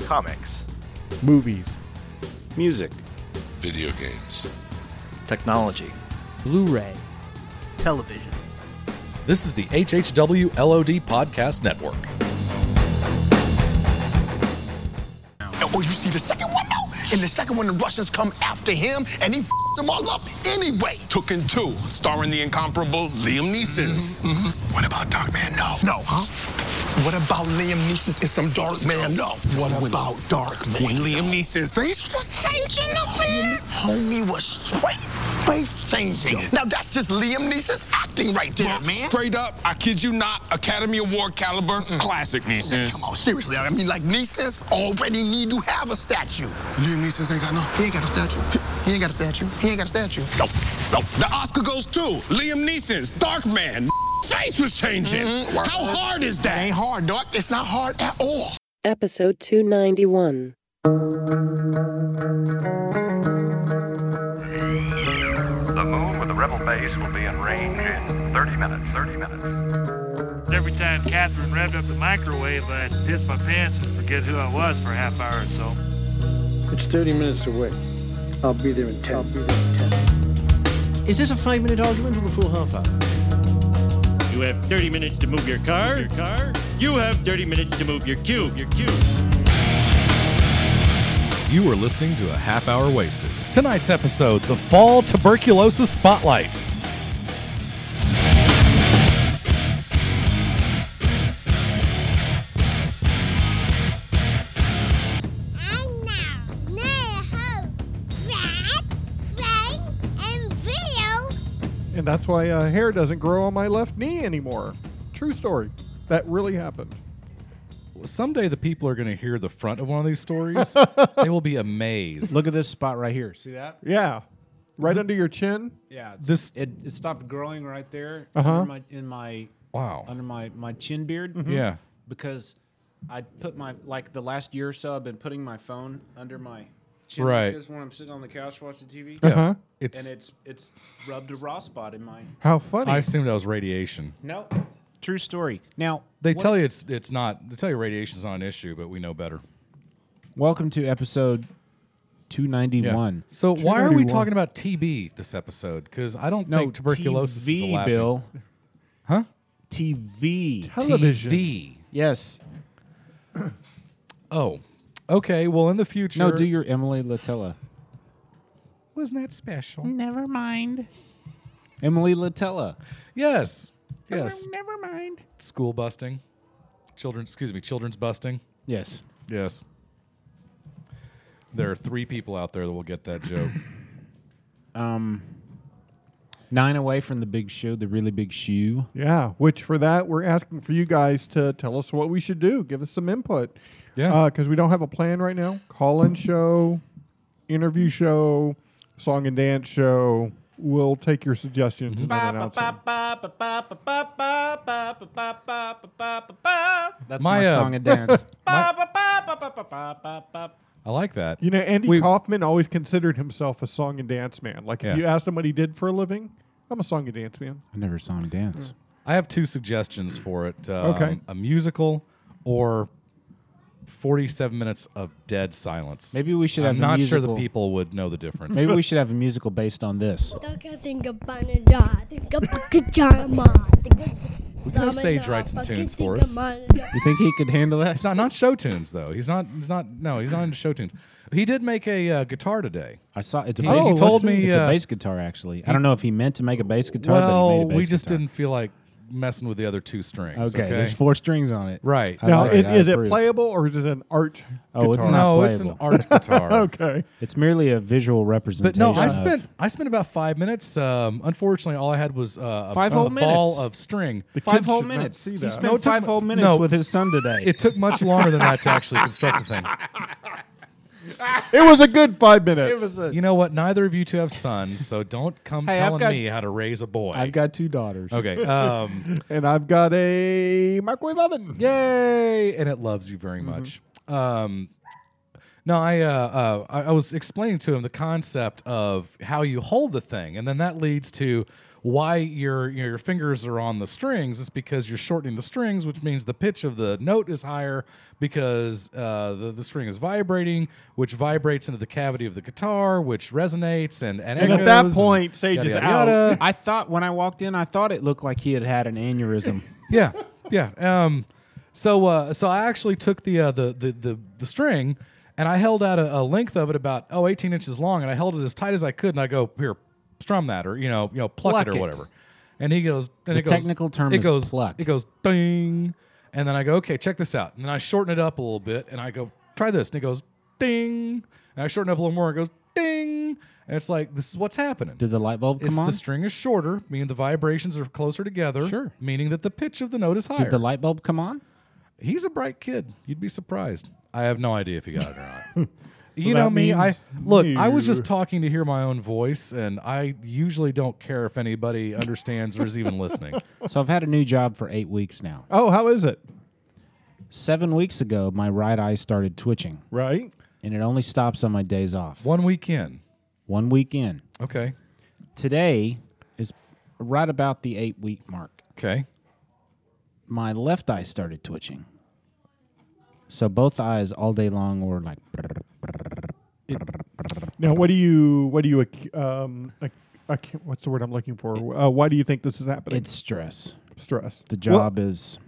comics, movies, music, video games. technology. Blu ray. television. This is the HHW LOD Podcast Network. Oh, you see the second one now? In the second one, the Russians come after him and he f***s them all up anyway. Tooken 2, starring the incomparable Liam Neeson. What about Dark Man? No. Mm-hmm, No, huh? What about Liam Neeson and some Dark Man? No. What about Dark Man? When Liam Neeson's face was changing up there. Homie was straight face changing. Now that's just Liam Neeson's acting right there, man. Straight up, I kid you not, Academy Award caliber classic Neeson's. Come on, seriously. I mean, like Neeson's already need to have a statue. Liam Neeson's ain't got no. He ain't got a statue. He ain't got a statue. He ain't got a statue. Nope, nope. The Oscar goes to Liam Neeson's Dark Man. Face was changing. How hard is That that? Mm-hmm. ain't hard, dog. It's not hard at all. Episode 291. the moon with the rebel base will be in range in 30 minutes. 30 minutes. Every time Catherine revved up the microwave, I'd piss my pants and forget who I was for a half hour or so. It's 30 minutes away. I'll be there in 10. I'll be there in 10. Is this a five minute argument or the full half hour? You have 30 minutes to move your car. Your car. You have 30 minutes to move your cube. Your cube. You are listening to a half hour wasted. Tonight's episode The Fall Tuberculosis Spotlight. And now, may I hope that thing and video and that's why uh, hair doesn't grow on my left knee anymore. True story. That really happened. Someday the people are going to hear the front of one of these stories. they will be amazed. Look at this spot right here. See that? Yeah, right under your chin. Yeah. It's, This- it, it stopped growing right there Uh-huh. under my in my Wow. under Mm-hmm. my my chin beard. Yeah. Because I put my like the last year or so I've been putting my phone under my chin Right. like this when I'm sitting on the couch watching TV. Uh-huh. Huh? It's, Uh-huh. And it's it's rubbed a raw spot in my How funny. I assumed that was radiation. No. True story. Now They what- tell you it's it's not. They tell you radiation's not an issue, but we know better. Welcome to episode 291. So why are we 291. talking about TB this episode? Because I don't No, think tuberculosis TV, is allowed. Bill. Huh? TV. Television. TV. Yes. Oh. Okay. Well, in the future. No, do your Emily Latella. Wasn't that special? Never mind. Emily Latella. Yes. Yes. Oh, Never mind. School busting. Children's. Excuse me. Children's busting. Yes. Yes. There are three people out there that will get that joke. Nine away from the big shoe, the really big shoe. Yeah, which for that, we're asking for you guys to tell us what we should do. Give us some input. Yeah. Uh, Because we don't have a plan right now. Call in show, interview show, song and dance show. We'll take your suggestions and then announce them. That's My, my, uh, song and dance. I like that. You know, Andy We- Kaufman always considered himself a song and dance man. Like, Yeah. if you asked him what he did for a living, I'm a song and dance man. I never saw him dance. I have two suggestions for it. Um, Okay. A musical or 47 minutes of dead silence. Maybe we should I'm have a not sure the musical. people would know the difference. Maybe we should have a musical based on this. we could have Sage write some tunes for us. You think he could handle that? It's not not show tunes though. He's not. He's not. No, he's not into show tunes. He did make a uh, guitar today. I saw it's a He bass. just told me, it's uh, a bass guitar. Actually, I don't know if he meant to make a bass guitar, but he well, made a bass we just guitar. didn't feel like messing with the other two strings. Okay, Okay. there's four strings on it. Right. I Now, like it, I is it approve. playable or is it an art? Oh, it's guitar? not no, it's an playable. art guitar. Okay. It's merely a visual But representation. no, I of- spent I spent about five minutes. Um, unfortunately, all I had was uh, a, Five a whole ball minutes. of string. five kids whole should not minutes. see He that. spent No, it took five my- whole minutes no. with his son today. It took much longer than that to actually construct the thing. It was a good five minutes. a. You know what? Neither of you two have sons, so don't come Hey, I've telling got- me how to raise a boy. I've got two daughters. okay. Um, and I've got a microwave oven. yay! And it loves you very Mm-hmm. much. Um, no, I, uh, uh, I I was explaining to him the concept of how you hold the thing, and then that leads to why your you know, your fingers are on the strings is because you're shortening the strings, which means the pitch of the note is higher because uh, the, the string is vibrating, which vibrates into the cavity of the guitar, which resonates and and, And at that echoes point, and Sage yada, is yada, out. yada. I thought when I walked in, I thought it looked like he had had an aneurysm. Yeah, yeah. Um, so uh, so I actually took the, uh, the the the the string and I held out a, a length of it about oh 18 inches long, and I held it as tight as I could, and I go here, strum that, or you know you know pluck, Pluck it or it. whatever. And he goes, and The it goes, technical term it is goes, pluck. It goes ding, and then I go okay, check this out, and then I shorten it up a little bit, and I go try this, and it goes ding, and I shorten up a little more, and it goes ding, and it's like this is what's happening Did the light bulb it's come on? the string is shorter, meaning the vibrations are closer together. Sure. Meaning that the pitch of the note is higher. Did the light bulb come on? He's a bright kid. You'd be surprised. I have no idea if he got it or not. you So know that me. I means look. I was you- just talking to hear my own voice, and I usually don't care if anybody understands or is even listening. So I've had a new job for eight weeks now. Oh, how is it? Seven weeks ago, my right eye started twitching, Right? and it only stops on my days off. One weekend. One week in. Okay. Today is right about the eight week mark. Okay. My left eye started twitching. So both eyes all day long were like, Now, what do you, what do you, ac- um, ac- ac- what's the word I'm looking for? Uh, why do you think this is happening? it's stress. stress. The Well, job is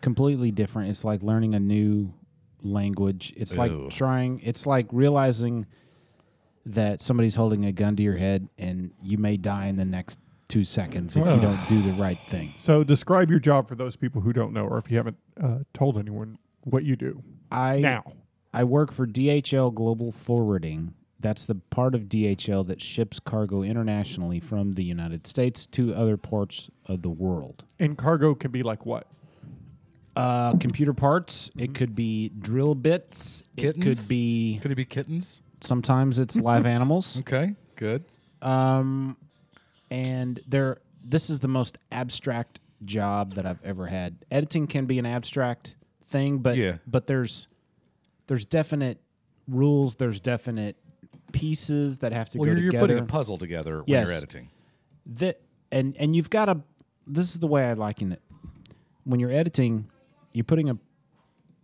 completely different. It's like learning a new language. It's Ew. like trying, it's like realizing that somebody's holding a gun to your head and you may die in the next two seconds if you don't do the right thing. so describe your job for those people who don't know, or if you haven't uh, told anyone what you do. I Now. I work for DHL Global Forwarding. That's the part of DHL that ships cargo internationally from the United States to other parts of the world. And cargo can be like what? Uh, computer parts. It could be drill bits. It Kittens? could be. Could it be kittens? Sometimes it's live animals. Okay. Good. and there this is the most abstract job that I've ever had. Editing can be an abstract thing, but Yeah. but there's there's definite rules, there's definite pieces that have to Well, go you're, you're together. putting a puzzle together when Yes. you're editing. that and and you've got to this is the way I liken it. When you're editing, you're putting a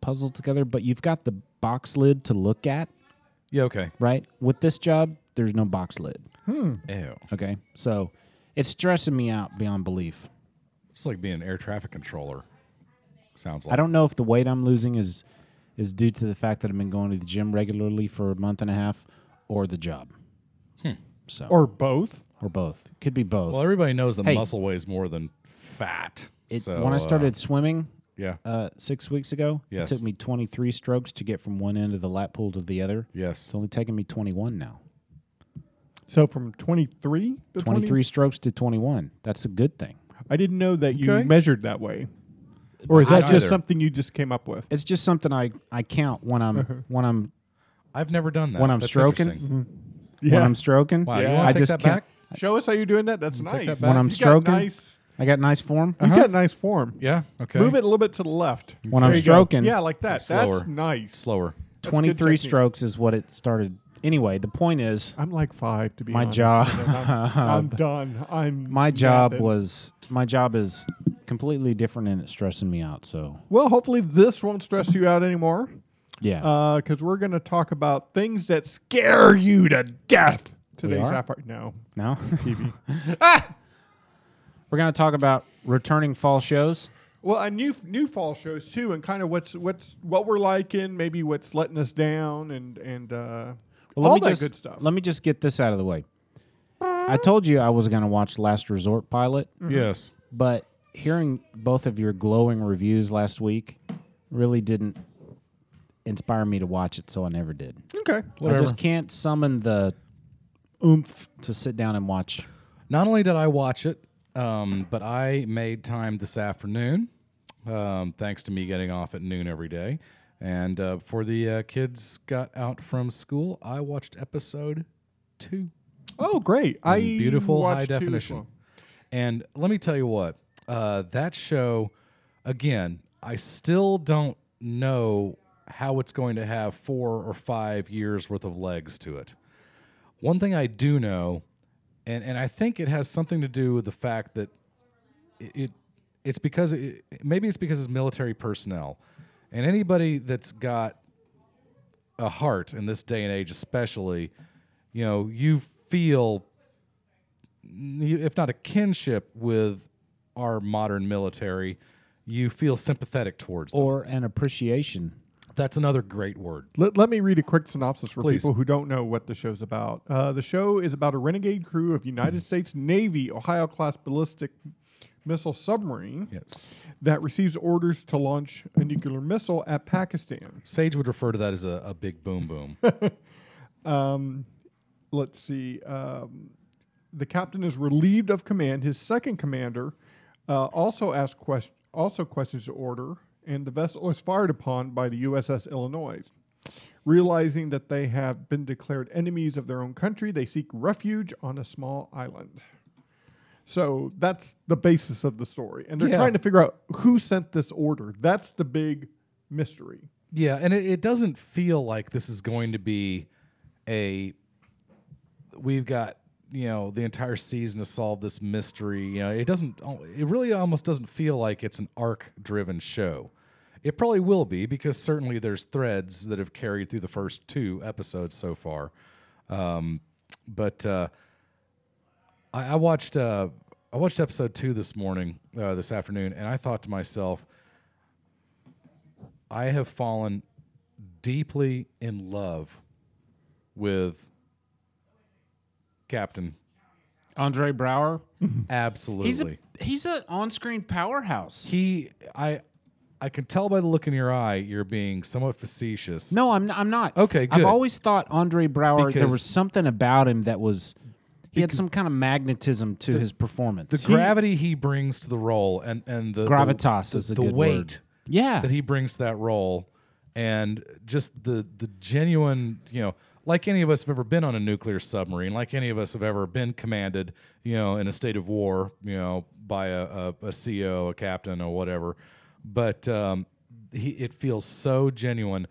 puzzle together, but you've got the box lid to look at, Yeah. Okay. right? With this job, there's no box lid. Ew. Okay. So it's stressing me out beyond belief. It's like being an air traffic controller. Sounds like. I don't know if the weight I'm losing is is due to the fact that I've been going to the gym regularly for a month and a half, or the job, Hmm. so or, Or both? both. Could be both. Well, everybody knows that Hey. muscle weighs more than fat. It- so, when I uh, started swimming, yeah. uh, six weeks ago, Yes. it took me 23 strokes to get from one end of the lap pool to the other. Yes. it's only taking me 21 now. So from 23 to 23 20? strokes to 21. That's a good thing. I didn't know that you Okay. measured that way. Or is I that don't just either. something you just came up with? Uh-huh. It's just something I, I count when I'm when I'm I've never done that. when I'm That's stroking- Mm-hmm. interesting. Yeah. when I'm stroking. Wow, you Yeah. wanna I take just that count- back? Show us how you're doing that. That's nice. take that back? when I'm You got stroking. nice- I got nice form. You got nice form. Yeah. Okay. Move it a little bit to the left. When I'm There you go. stroking- Yeah, like that. Slower. That's nice. slower. good 23 technique. strokes is what it started. Anyway, the point is I'm like five, to be My honest. job- I'm, I'm done. I'm my job napping. was my job is completely different and it's stressing me out. So Well, hopefully this won't stress you out anymore yeah, because we're going to talk about things that scare you to death. Today's are? app art. No. no TV. We're gonna talk about returning fall shows. Well, and new new fall shows too, and kind of what's what's what we're liking, maybe what's letting us down, and and uh, Well, all let me that just, good stuff. Let me just get this out of the way. I told you I was gonna watch Last Resort pilot, Yes. but hearing both of your glowing reviews last week really didn't inspire me to watch it, so I never did. okay, I just can't summon the oomph to sit down and watch. Not only did I watch it, um, but I made time this afternoon, um, thanks to me getting off at noon every day. And uh, before the uh, kids got out from school, I watched episode two. Oh, great! I Mm, beautiful watched high two as definition. well. And let me tell you what, uh, that show, again, I still don't know how it's going to have four or five years worth of legs to it. One thing I do know and and I think it has something to do with the fact that it, it it's because it, maybe it's because it's military personnel, and anybody that's got a heart in this day and age, especially, you know, you feel you- if not a kinship with our modern military, you feel sympathetic towards them. or an appreciation. That's another great word. Let, let me read a quick synopsis for Please. people who don't know what the show's about. Uh, the show is about a renegade crew of Mm-hmm. United States Navy Ohio class ballistic missile submarine Yes. that receives orders to launch a nuclear missile at Pakistan. Sage would refer to that as a, a big boom boom. Let's see. Um, the captain is relieved of command. His second commander uh, also asks quest- also questions to order, and the vessel is fired upon by the USS Illinois. Realizing that they have been declared enemies of their own country, they seek refuge on a small island. So that's the basis of the story, and they're Yeah. trying to figure out who sent this order. That's the big mystery. yeah, and it, it doesn't feel like this is going to be a we've got you know the entire season to solve this mystery. You know, it doesn't. It really almost doesn't feel like it's an arc-driven show. It probably will be because certainly there's threads that have carried through the first two episodes so far. Um, but uh, I, I watched uh, I watched episode two this morning, uh, this afternoon, and I thought to myself, I have fallen deeply in love with Captain. Andre Brower, Absolutely, he's a he's an on-screen powerhouse. he. I I can tell by the look in your eye, you're being somewhat facetious. No, I'm not, I'm not. Okay, good. I've always thought Andre Brower. there Because- was something about him that was. He had some kind of magnetism to his performance. the gravity he brings to the role and and the Gravitas the, is a the good word. weight Yeah. that he brings to that role and just the the genuine you know like any of us have ever been on a nuclear submarine like any of us have ever been commanded you know in a state of war you know by a a, a CO a captain or whatever but um he it feels so genuine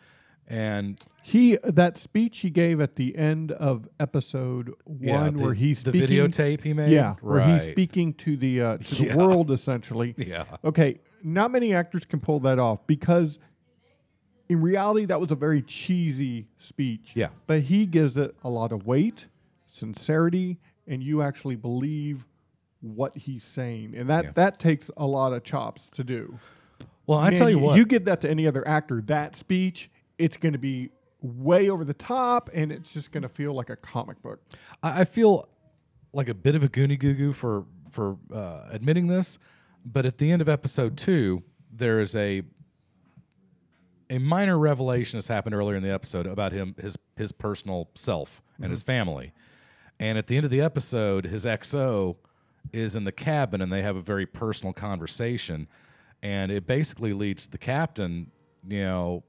and He that speech he gave at the end of episode one, Yeah, the- where he's the speaking, videotape he made? yeah, where he's Right. speaking to the uh, to the world essentially. Yeah. Okay, not many actors can pull that off because, in reality, that was a very cheesy speech. Yeah. but he gives it a lot of weight, sincerity, and you actually believe what he's saying, and that that takes a lot of chops to do. well I Man, tell you what you give that to any other actor, that speech, it's going to be way over the top, and it's just going to feel like a comic book. I, I feel like a bit of a goony goo goo for for uh, admitting this, but at the end of episode two, there is a a minor revelation that's happened earlier in the episode about him his his personal self and his family, and at the end of the episode, his XO is in the cabin and they have a very personal conversation, and it basically leads to the captain, you know,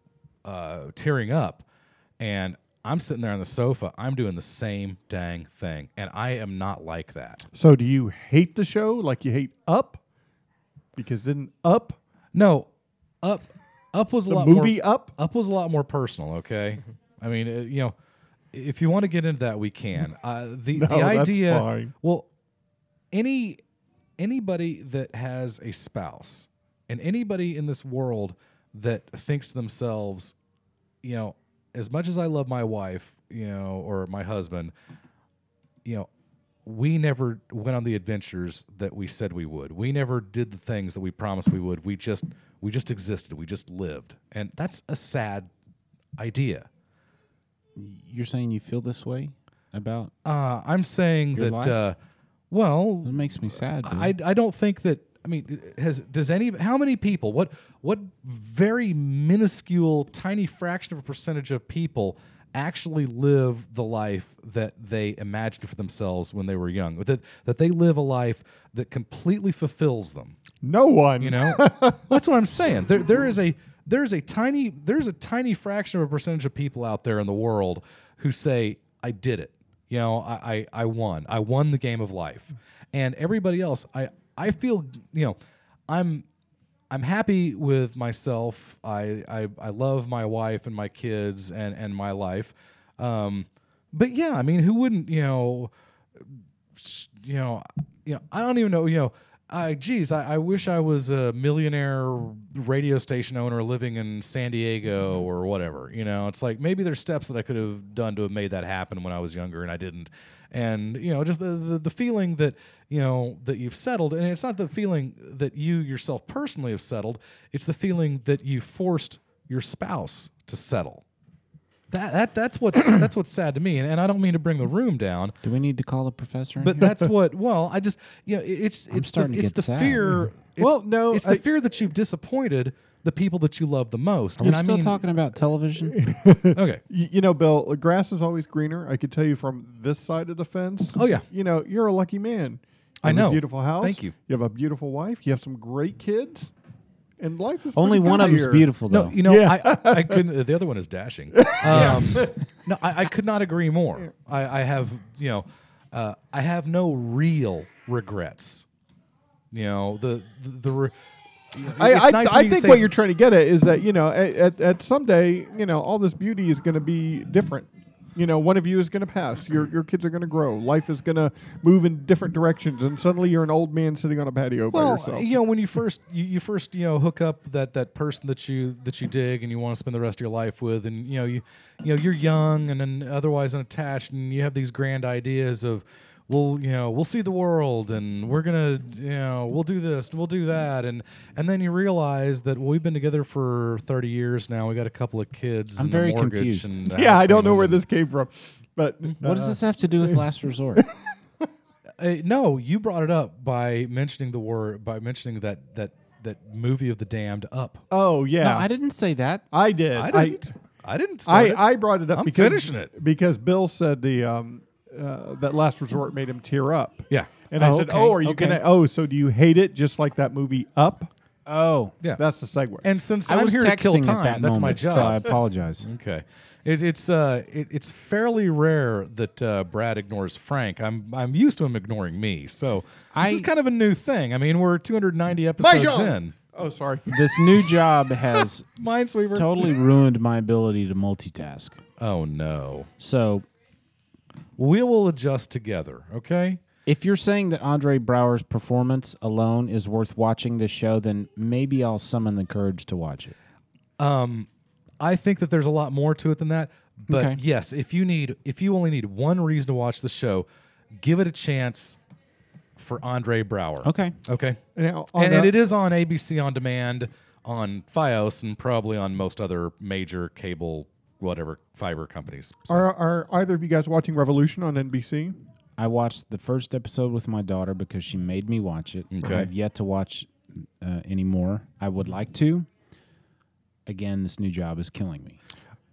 uh, tearing up, and. I'm sitting there on the sofa. I'm doing the same dang thing, and I am not like that. So, do you hate the show like you hate Up? Because didn't Up No, up, up was a the lot movie more, Up? Up was a lot more personal. Okay, I mean, uh, you know, if you want to get into that, we can. Uh, the No, the that's idea. fine. Well, any anybody that has a spouse and anybody in this world that thinks to themselves, you know, as much as I love my wife, you know, or my husband, you know, we never went on the adventures that we said we would. We never did the things that we promised we would. We just we just existed. We just lived. And that's a sad idea. You're saying you feel this way about? Uh, I'm saying Your that life? uh, well, It makes me sad. dude. I, I don't think that I mean has does any how many people what what very minuscule tiny fraction of a percentage of people actually live the life that they imagined for themselves when they were young that that they live a life that completely fulfills them No one. you know that's what i'm saying there there is a there's a tiny there's a tiny fraction of a percentage of people out there in the world who say i did it you know i i, I won i won the game of life and everybody else i i feel you know i'm I'm happy with myself. I, I I love my wife and my kids and and my life. Um, but yeah, I mean, who wouldn't you know you know, you know, I don't even know, you know, I geez, I, I wish I was a millionaire radio station owner living in San Diego or whatever. You know, it's like maybe there's steps that I could have done to have made that happen when I was younger and I didn't. And you know, just the the, the feeling that you know that you've settled, and it's not the feeling that you yourself personally have settled. It's the feeling that you forced your spouse to settle. That, that that's what's that's what's sad to me, and, and I don't mean to bring the room down. Do we need to call a professor? in But here? that's what. Well, I just you know it- it's I'm it's the, starting to it's get the sad. fear. It's, Well, no, it's I- the fear that you've disappointed the people that you love the most. Are we and still I mean, talking about television? okay, Y- You know, Bill, the grass is always greener. I could tell you from this side of the fence. Oh, yeah. You know, you're a lucky man. I You have know. A beautiful house. Thank you. You have a beautiful wife. You have some great kids. And life is Only pretty one good of them's here. beautiful, though. no, you know, I, I, I couldn't. The other one is dashing. Um, no, I, I could not agree more. I, I have you know, uh, I have no real regrets. You know the the. the re- I, it's I, nice I when you think say- what you're trying to get at is that you know at, at, at someday you know all this beauty is going to be different. You know, one of you is going to pass. Your your kids are going to grow. Life is going to move in different directions, and suddenly you're an old man sitting on a patio Well, by yourself. you know, when you first you, you first you know hook up that that person that you that you dig and you want to spend the rest of your life with, and you know you you know you're young and then otherwise unattached, and you have these grand ideas of. We'll you know we'll see the world and we're gonna you know we'll do this and we'll do that and and then you realize that well, we've been together for thirty years now we got a couple of kids I'm and very a mortgage confused. and a yeah, house I don't know payment where and- this came from, but what does this have to do with Last Resort? Uh, no, you brought it up by mentioning the word by mentioning that that that movie of the damned up. oh yeah, No, I didn't say that. I did. I didn't. I, didn't. Start I, it. I brought it up I'm because finishing it. because Bill said the um, uh, that last resort made him tear up. Yeah. and I Oh, said, okay, "Oh, are you okay. gonna? Oh, so do you hate it just like that movie Up? Oh, Yeah. That's the segue. and since I I'm was here texting to kill at time, that that's my moment, So I job. apologize. okay. It, it's uh, it, it's fairly rare that uh, Brad ignores Frank. I'm I'm used to him ignoring me. So this I- is kind of a new thing. I mean, we're 290 My episodes job. in. Oh, sorry. this new job has Minesweeper. totally ruined my ability to multitask. Oh no. So We will adjust together. Okay. If you're saying that Andre Brower's performance alone is worth watching this show, then maybe I'll summon the courage to watch it. Um, I think that there's a lot more to it than that. But Okay. yes, if you need if you only need one reason to watch the show, give it a chance for Andre Brower. Okay. Okay. Now, on and and the- it is on ABC on demand, on FiOS, and probably on most other major cable whatever fiber companies. So- Are, are either of you guys watching Revolution on NBC? I watched the first episode with my daughter because she made me watch it. Okay. I've yet to watch uh, any more. I would like to. Again, this new job is killing me.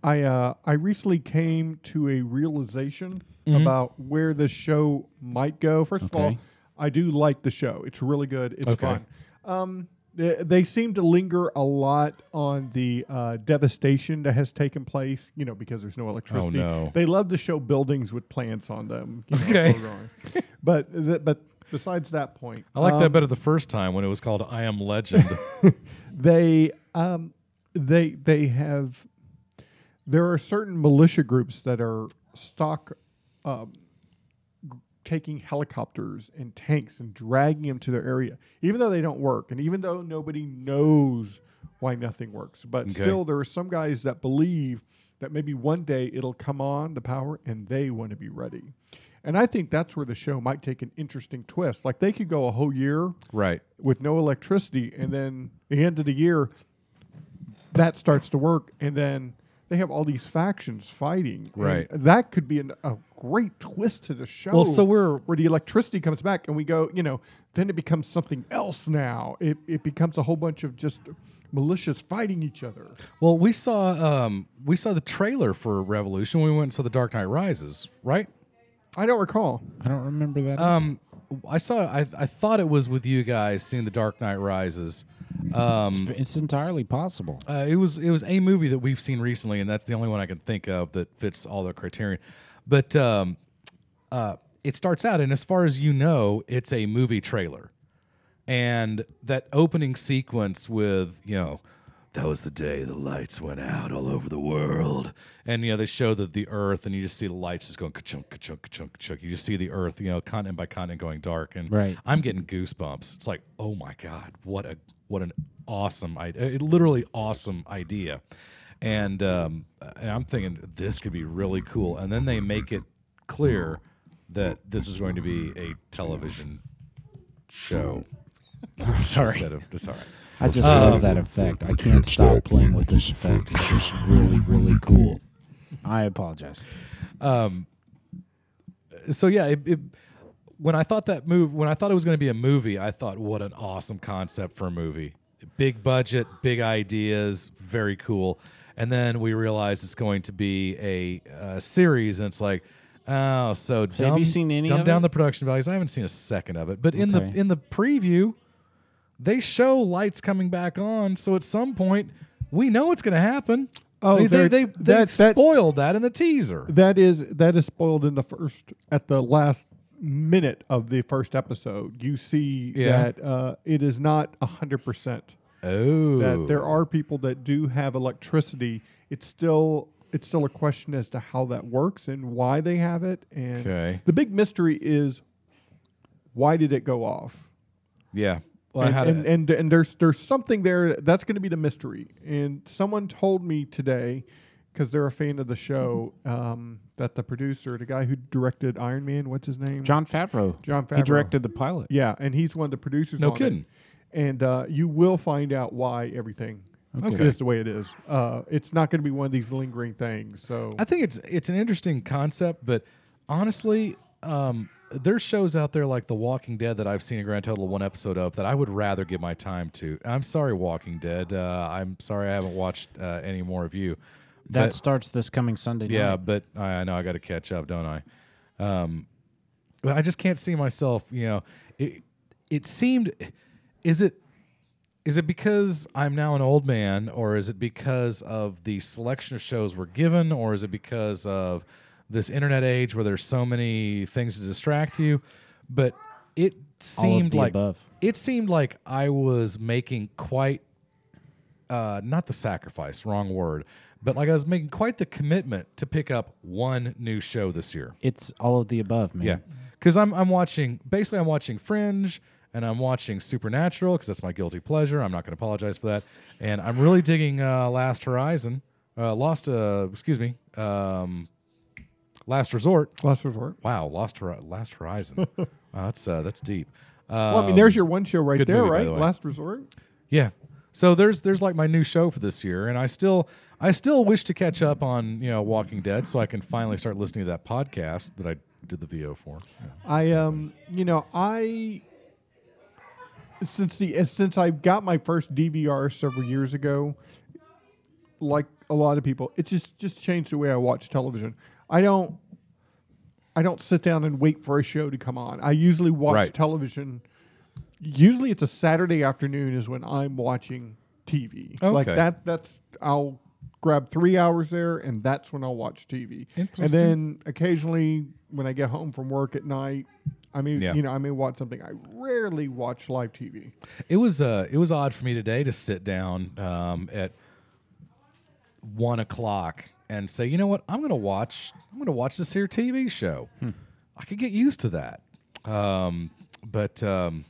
I uh, I recently came to a realization about where this show might go. First of Mm-hmm. all, Okay. I do like the show. It's really good. It's fun. Um, they, they seem to linger a lot on the uh, devastation that has taken place. You know, because there's no electricity. Oh, no. They love to show buildings with plants on them. you know, Okay. going on. but th- but besides that point, I like that better the first time when it was called I Am Legend. they um they they have there are certain militia groups that are stock um, g- taking helicopters and tanks and dragging them to their area even though they don't work and even though nobody knows why nothing works but still there are some guys that believe that maybe one day it'll come on the power and they want to be ready and i think that's where the show might take an interesting twist like they could go a whole year right. with no electricity, and then the end of the year, that starts to work, and then they have all these factions fighting. and Right. that could be an, a great twist to the show. Well, so we're- where the electricity comes back, and we go, you know, then it becomes something else. Now it it becomes a whole bunch of just militias fighting each other. Well, we saw um, we saw the trailer for Revolution when we went and saw The Dark Knight Rises, right? I don't recall. I don't remember that. Um, I saw. I, I thought it was with you guys seeing The Dark Knight Rises. Um, it's, it's entirely possible. uh, it was it was a movie that we've seen recently, and that's the only one I can think of that fits all the criterion. But um, uh, it starts out, and as far as you know, it's a movie trailer, and that opening sequence with you know. That was the day the lights went out all over the world, And you know they show that the Earth, and you just see the lights just going ka-chunk, ka-chunk, ka-chunk, ka-chunk. You just see the Earth, you know, continent by continent going dark. And Right. I'm getting goosebumps. It's like, oh my god, what a what an awesome idea! Literally awesome idea. And um, and I'm thinking this could be really cool. And then they make it clear that this is going to be a television show. Sorry. Instead of, that's all right. I just love Um, that effect. I can't stop playing with this effect. It's just really, really cool. I apologize. Um, so yeah, it, it, when I thought that move, when I thought it was going to be a movie, I thought, what an awesome concept for a movie. Big budget, big ideas, very cool. And then we realized it's going to be a, uh series, and it's like, oh, so So have you seen any dumb of down it? the production values. I haven't seen a second of it, but in the Okay. in the preview, they show lights coming back on. So at some point, we know it's going to happen. Oh, they they, they're- they, they that- that- spoiled that in the teaser. That is that is spoiled in the first at the last minute of the first episode. You see Yeah. that uh, it is not hundred percent. Oh, That there are people that do have electricity. It's still it's still a question as to how that works and why they have it. And Okay. the big mystery is why did it go off? Yeah. Well, and, I had and, a, and and there's there's something there that's going to be the mystery. And someone told me today because they're a fan of the show um, that the producer, the guy who directed Iron Man, what's his name? John Favreau. John He Favreau. directed the pilot. Yeah, and he's one of the producers. No on it. kidding. And uh, you will find out why everything Okay. is the way it is. Uh, it's not going to be one of these lingering things. So I think it's it's an interesting concept, but honestly, um, there's shows out there like The Walking Dead that I've seen a grand total of one episode of that I would rather give my time to. I'm sorry, Walking Dead. Uh, I'm sorry I haven't watched uh, any more of you. That But- starts this coming Sunday night. Yeah, but I, I know I got to catch up, don't I? Um, but I just can't see myself. You know, it it seemed. Is it is it because I'm now an old man, or is it because of the selection of shows we're given, or is it because of this internet age where there's so many things to distract you? But it seemed the like above. it seemed like I was making quite uh, not the sacrifice, wrong word, but like I was making quite the commitment to pick up one new show this year. It's all of the above, man. Yeah, because I'm I'm watching basically I'm watching Fringe and I'm watching Supernatural because that's my guilty pleasure. I'm not going to apologize for that, and I'm really digging uh, Last Horizon, uh, Lost. Uh, excuse me, um, Last Resort. last resort. Wow, Lost Hor- Last Horizon. wow, that's uh, that's deep. Uh, Well, I mean, there's your one show right good there, movie, by right? the way. Last resort. yeah. So there's there's like my new show for this year, and I still I still wish to catch up on you know Walking Dead so I can finally start listening to that podcast that I did the VO for. I um, you know, I since the uh, since I got my first DVR several years ago, like a lot of people, it just just changed the way I watch television. I don't I don't sit down and wait for a show to come on. I usually watch Right. television. Usually, it's a Saturday afternoon is when I'm watching TV. Like Okay. that. That's I'll grab three hours there, and that's when I'll watch TV. Interesting. And then occasionally, when I get home from work at night, I mean, Yeah. you know, I may watch something. I rarely watch live TV. It was uh, it was odd for me today to sit down um, at one o'clock and say, you know what, I'm gonna watch I'm gonna watch this here TV show. I could get used to that, um, but um,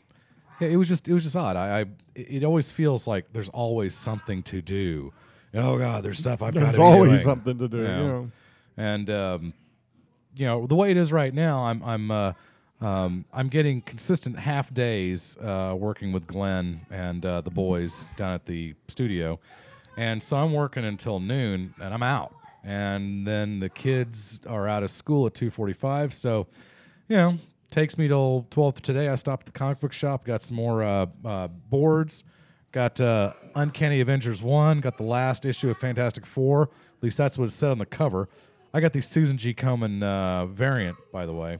yeah, it was just it was just odd. I, I it always feels like there's always something to do. Oh God, there's stuff I've got to There's do. always something to do. You know. And um, you know the way it is right now, I'm I'm uh, um, I'm getting consistent half days uh, working with Glenn and uh, the boys down at the studio, and so I'm working until noon, and I'm out, and then the kids are out of school at two forty-five, so you know takes me till twelve today. I stopped at the comic book shop, got some more uh, uh, boards. Got uh, Uncanny Avengers 1, got the last issue of Fantastic Four. At least that's what it said on the cover. I got the Susan G. Komen uh, variant, by the way.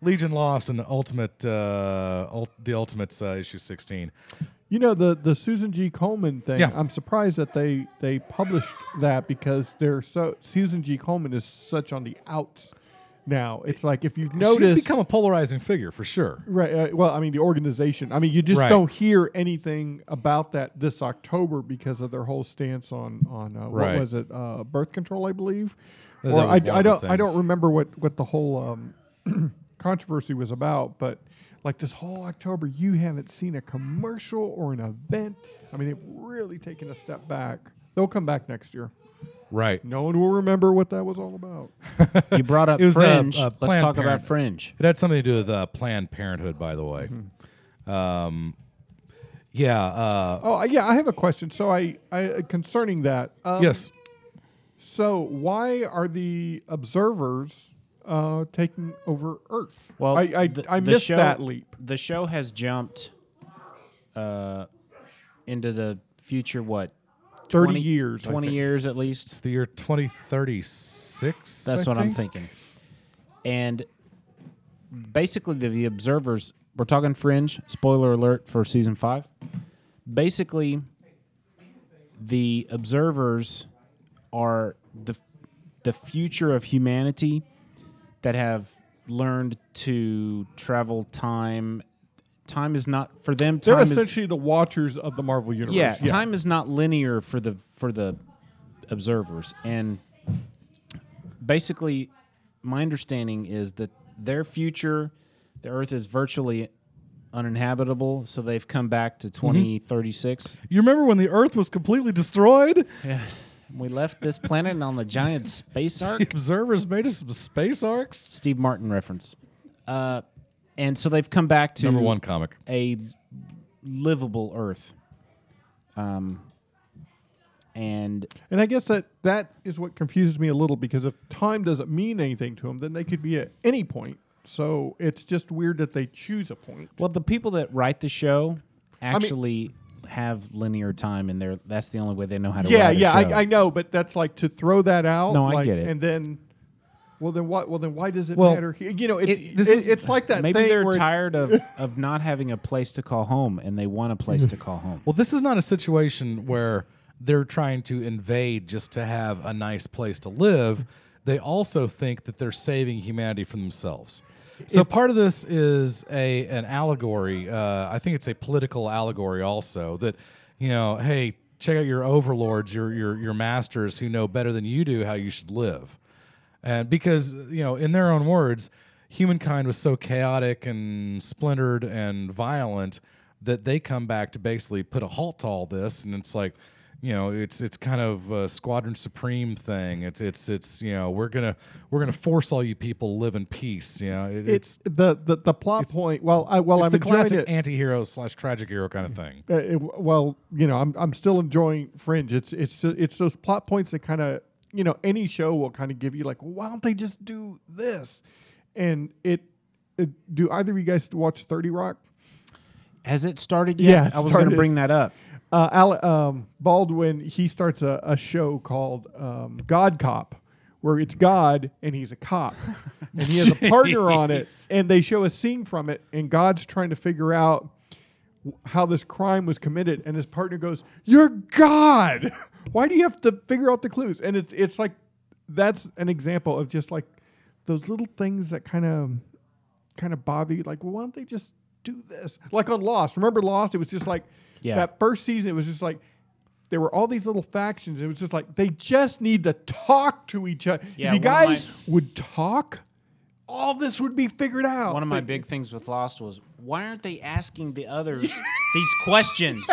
Legion Lost and Ultimate, uh, ult- the Ultimates uh, issue 16. You know the the Susan G. Coleman thing. Yeah. I'm surprised that they they published that because they're so Susan G. Coleman is such on the outs now. It's like if you've She's noticed, become a polarizing figure for sure. right? Uh, well, I mean, the organization. I mean, you just Right. don't hear anything about that this October because of their whole stance on on uh, Right. what was it, uh, birth control, I believe. That or was I, one of I the don't I things. don't remember what what the whole um, controversy was about, but like this whole October, you haven't seen a commercial or an event. I mean, they've really taken a step back. They'll come back next year. Right. No one will remember what that was all about. You brought up It was, uh, Fringe. uh, Let's Planned talk about Parenthood. Fringe. It had something to do with uh, Planned Parenthood, by the way. Mm-hmm. Um, yeah. Uh, Oh, yeah, I have a question. So I, I concerning that. Oh. Um, yes. So why are the observers uh, taking over Earth? Well, I I, the, I the missed show- that leap. The show has jumped uh, into the future. What? Thirty years. I Twenty think. years at least. It's the year 2036. That's I what I'm think? thinking. And basically, the, the observers. We're talking Fringe. Spoiler alert for season five. Basically, the observers are the the future of humanity that have learned to travel time. Time is not for them. Time They're is, essentially the watchers of the Marvel universe. yeah, time is not linear for the for the observers, and basically, my understanding is that their future, the Earth is virtually uninhabitable, so they've come back to twenty thirty six. You remember when the Earth was completely destroyed? We left this planet on the giant space arc. The observers made us some space arcs. Steve Martin reference, uh, and so they've come back to Number one comic. a livable Earth. Um, and And I guess that that is what confuses me a little because if time doesn't mean anything to them, then they could be at any point. So it's just weird that they choose a point. Well, the people that write the show actually have linear time, and they're that's the only way they know how to. Yeah, write yeah, a show. I, I know, but that's like to throw that out. No, I like, get it. And then, well, then what? Well, then why does it Well, matter? here? You know, it, It- this is, it's like that. Maybe thing they're where it's- tired of, of not having a place to call home, and they want a place to call home. Well, this is not a situation where they're trying to invade just to have a nice place to live. They also think that they're saving humanity from themselves. So part of this is a an allegory. Uh, I think it's a political allegory also that you know, hey, check out your overlords, your your your masters who know better than you do how you should live. And because, you know, in their own words, humankind was so chaotic and splintered and violent that they come back to basically put a halt to all this. And it's like, you know, it's it's kind of a squadron supreme thing. It's it's it's you know we're gonna we're gonna force all you people to live in peace. You know, it, It's it's the the, the plot point. Well, I well, it's I'm the enjoying classic it. anti-hero slash tragic hero kind of thing. uh, it- well, you know, I'm I'm still enjoying Fringe. It's it's it's those plot points that kind of you know any show will kind of give you like, why don't they just do this? And it, it do either of you guys watch Thirty Rock? Has it started Yeah, yet? it I was going to started. bring that up. Uh, Ale- um, Baldwin he starts a, a show called um, God Cop, where it's God and he's a cop, and he has a partner on it, and they show a scene from it, and God's trying to figure out how this crime was committed, and his partner goes, "You're God. Why do you have to figure out the clues?" And it's it's like that's an example of just like those little things that kind of kind of bother you. Like, why don't they just do this? Like on Lost, remember Lost? It was just like Yeah. that first season. It was just like. There were all these little factions. It was just like they just need to talk to each other. Yeah, if one you of my- guys would talk, all this would be figured out. One of my But- big things with Lost was why aren't they asking the others these questions?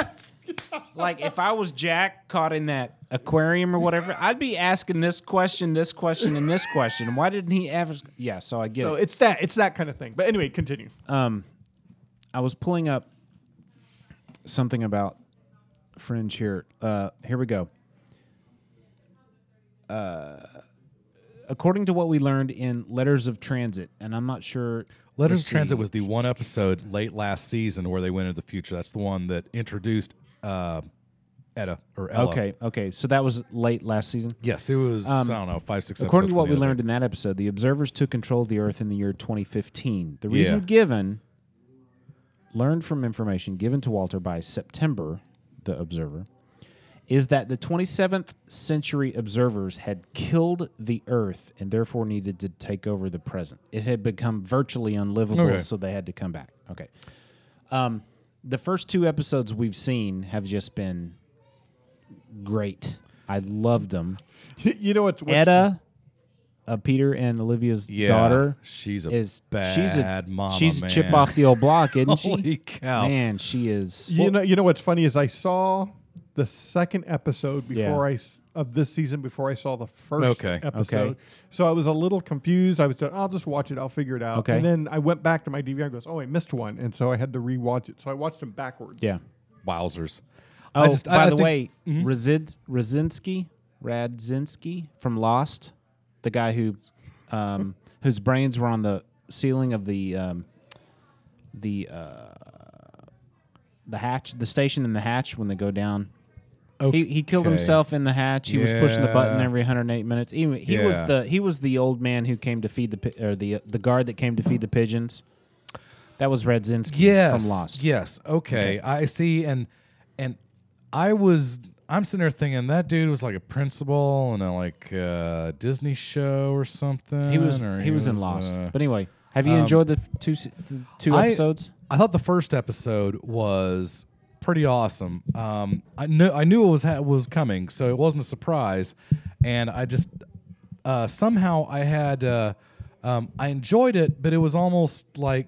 Like if I was Jack caught in that aquarium or whatever, I'd be asking this question, this question, and this question. Why didn't he ever? Yeah, so I get So it. Um, it's that it's that kind of thing. But anyway, continue. I was pulling up something about Fringe here. Uh, here we go. Uh, according to what we learned in Letters of Transit, and I'm not sure. Letters let's of Transit see. was the one episode late last season where they went into the future. That's the one that introduced uh, Etta or Ella. Okay, okay. So that was late last season. Yes, it was. I don't know, five, six. Um, According episodes to what from we the other. learned in that episode, the observers took control of the Earth in the year 2015. The reason Yeah. given, learned from information given to Walter by September, the observer, is that the 27th century observers had killed the Earth and therefore needed to take over the present. It had become virtually unlivable, Okay. so they had to come back. Okay. Um, the first two episodes we've seen have just been great. I loved them. you know what's, what's Etta, uh, Peter and Olivia's Yeah, daughter. she's a is, bad mama, She's a chip man. off the old block, isn't she? Holy cow. Man, she is. You know, you know what's funny is I saw the second episode Yeah. before I s- of this season before I saw the first Okay. episode. Okay. So I was a little confused. I was like, I'll just watch it. I'll figure it out. Okay. And then I went back to my DVR and goes, oh, I missed one, and so I had to rewatch it. So I watched them backwards. Yeah. Wowzers. Oh, I just- by I- I the think- way, Mm-hmm. Razid, Razinski, Radzinski from Lost, the guy who, um, whose brains were on the ceiling of the um, the uh, the hatch, the station in the hatch when they go down. He, he killed Okay. himself in the hatch. He was pushing the button Yeah. every 108 minutes. He, he was Yeah. the he was the old man who came to feed the pi- or the the guard that came to feed the pigeons. That was Radzinski yes, from Lost. Yes. Okay. I see. And and I was I'm sitting there thinking that dude was like a principal in a like uh, Disney show or something. He was or he was in Lost. uh, but anyway, have you um, enjoyed the f- two se- the two I- episodes? I, thought the first episode was pretty awesome. Um, I knew I knew it was ha- was coming, so it wasn't a surprise. And I just uh, somehow I had uh, um, I enjoyed it, but it was almost like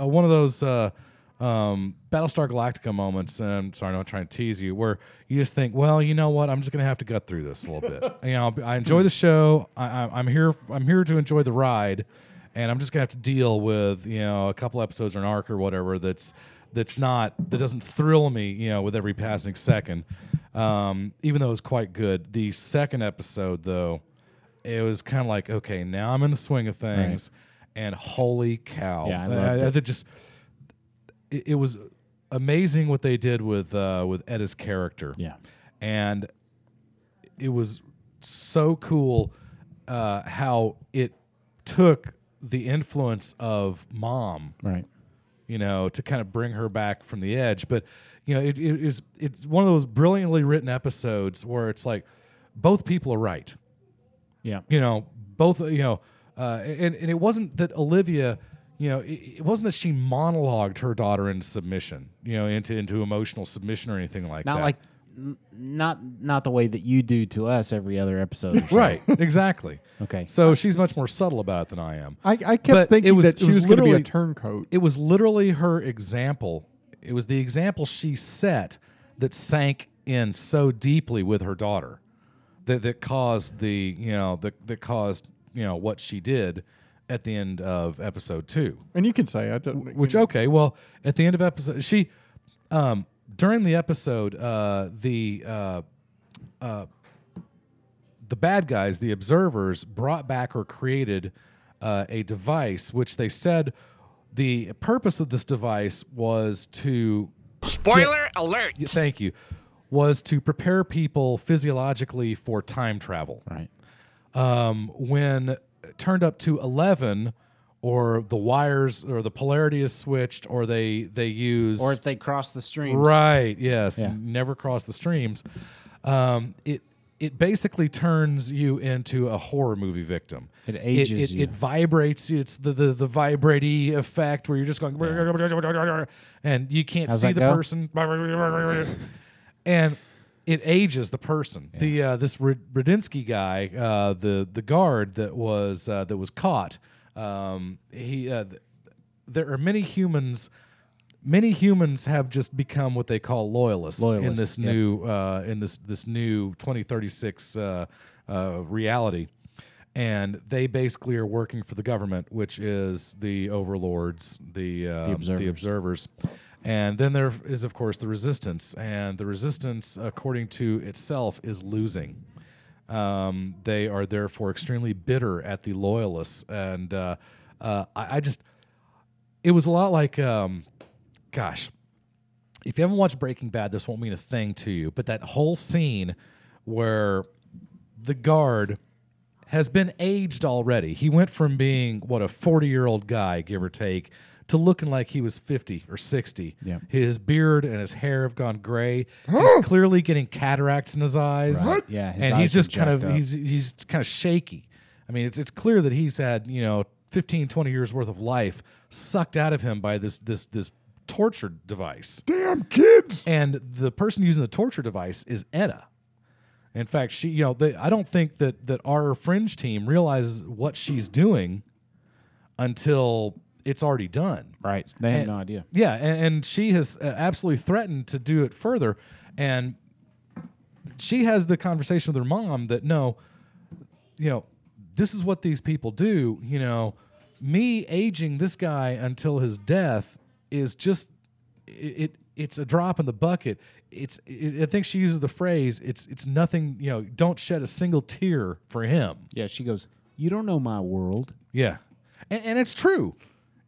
uh, one of those uh, um, Battlestar Galactica moments. And I'm sorry, I'm not trying to tease you, where you just think, well, you know what, I'm just gonna have to gut through this a little bit. you know, I enjoy the show. I, I, I'm here. I'm here to enjoy the ride, and I'm just gonna have to deal with you know a couple episodes or an arc or whatever that's that's not that doesn't thrill me. You know, with every passing second. Um, even though it was quite good, the second episode though, it was kind of like, okay, now I'm in the swing of things, and holy cow! Yeah, I loved they just it, it was amazing what they did with uh, with Edda's character. Yeah. and it was so cool uh, how it took the influence of mom Right. you know, to kind of bring her back from the edge. But you know, it, it is it's one of those brilliantly written episodes where it's like both people are right. Yeah. You know, both you know, uh, and and it wasn't that Olivia. You know, it, it wasn't that she monologued her daughter into submission, you know, into into emotional submission or anything like Not that. like n- not not the way that you do to us every other episode. or so. right, exactly. Okay. So she's much more subtle about it than I am. I, I kept But thinking it was- that it she was was, going to be a literally- turncoat. it was literally her example. It was the example she set that sank in so deeply with her daughter that that caused the you know that that caused you know what she did at the end of episode two. and you can say I don't. Which okay, well, at the end of episode, she um, during the episode, uh, the uh, uh, the bad guys, the observers, brought back or created uh, a device, which they said the purpose of this device was to Spoiler alert. y- thank you was to prepare people physiologically for time travel Right. when it turned up to 11 or the wires or the polarity is switched or they they use Or if they cross the streams. right yes Yeah. never cross the streams um, it it basically turns you into a horror movie victim It ages it, you. it vibrates it's the the, the vibrate effect where you're just going and you can't How's see that the go? person and it ages the person. The uh, this Rud- Rudinsky guy, uh, the the guard that was uh, that was caught. Um, he uh, th- there are many humans. Many humans have just become what they call loyalists, in Loyalists, this yeah. new uh, in this this new 2036 uh, uh, reality, and they basically are working for the government, which is the overlords, the uh, um, the observers. And then there is, of course, the resistance. And the resistance, according to itself, is losing. Um, they are therefore extremely bitter at the loyalists. And uh, uh, I, I just, it was a lot like, um, gosh, if you haven't watched Breaking Bad, this won't mean a thing to you. But that whole scene where the guard has been aged already. He went from being what a 40 year old guy, give or take, to looking like he was 50 or 60. Yeah. His beard and his hair have gone gray. he's clearly getting cataracts in his eyes. Right. Yeah, his and eyes he's just have kind of jacked up. he's he's kind of shaky. I mean, it's it's clear that he's had, you know, 15 20 years worth of life sucked out of him by this this this torture device. Damn kids. And the person using the torture device is Etta. In fact, she, you know, they, I don't think that that our fringe team realizes what she's doing until it's already done. Right. They had And- no idea. Yeah, and, and she has uh, absolutely threatened to do it further, and she has the conversation with her mom that no, you know, this is what these people do. You know, me aging this guy until his death is just it. it it's a drop in the bucket. It's. It, I think she uses the phrase. It's. It's nothing. You know. Don't shed a single tear for him. Yeah, she goes, You don't know my world. Yeah, and, and it's true.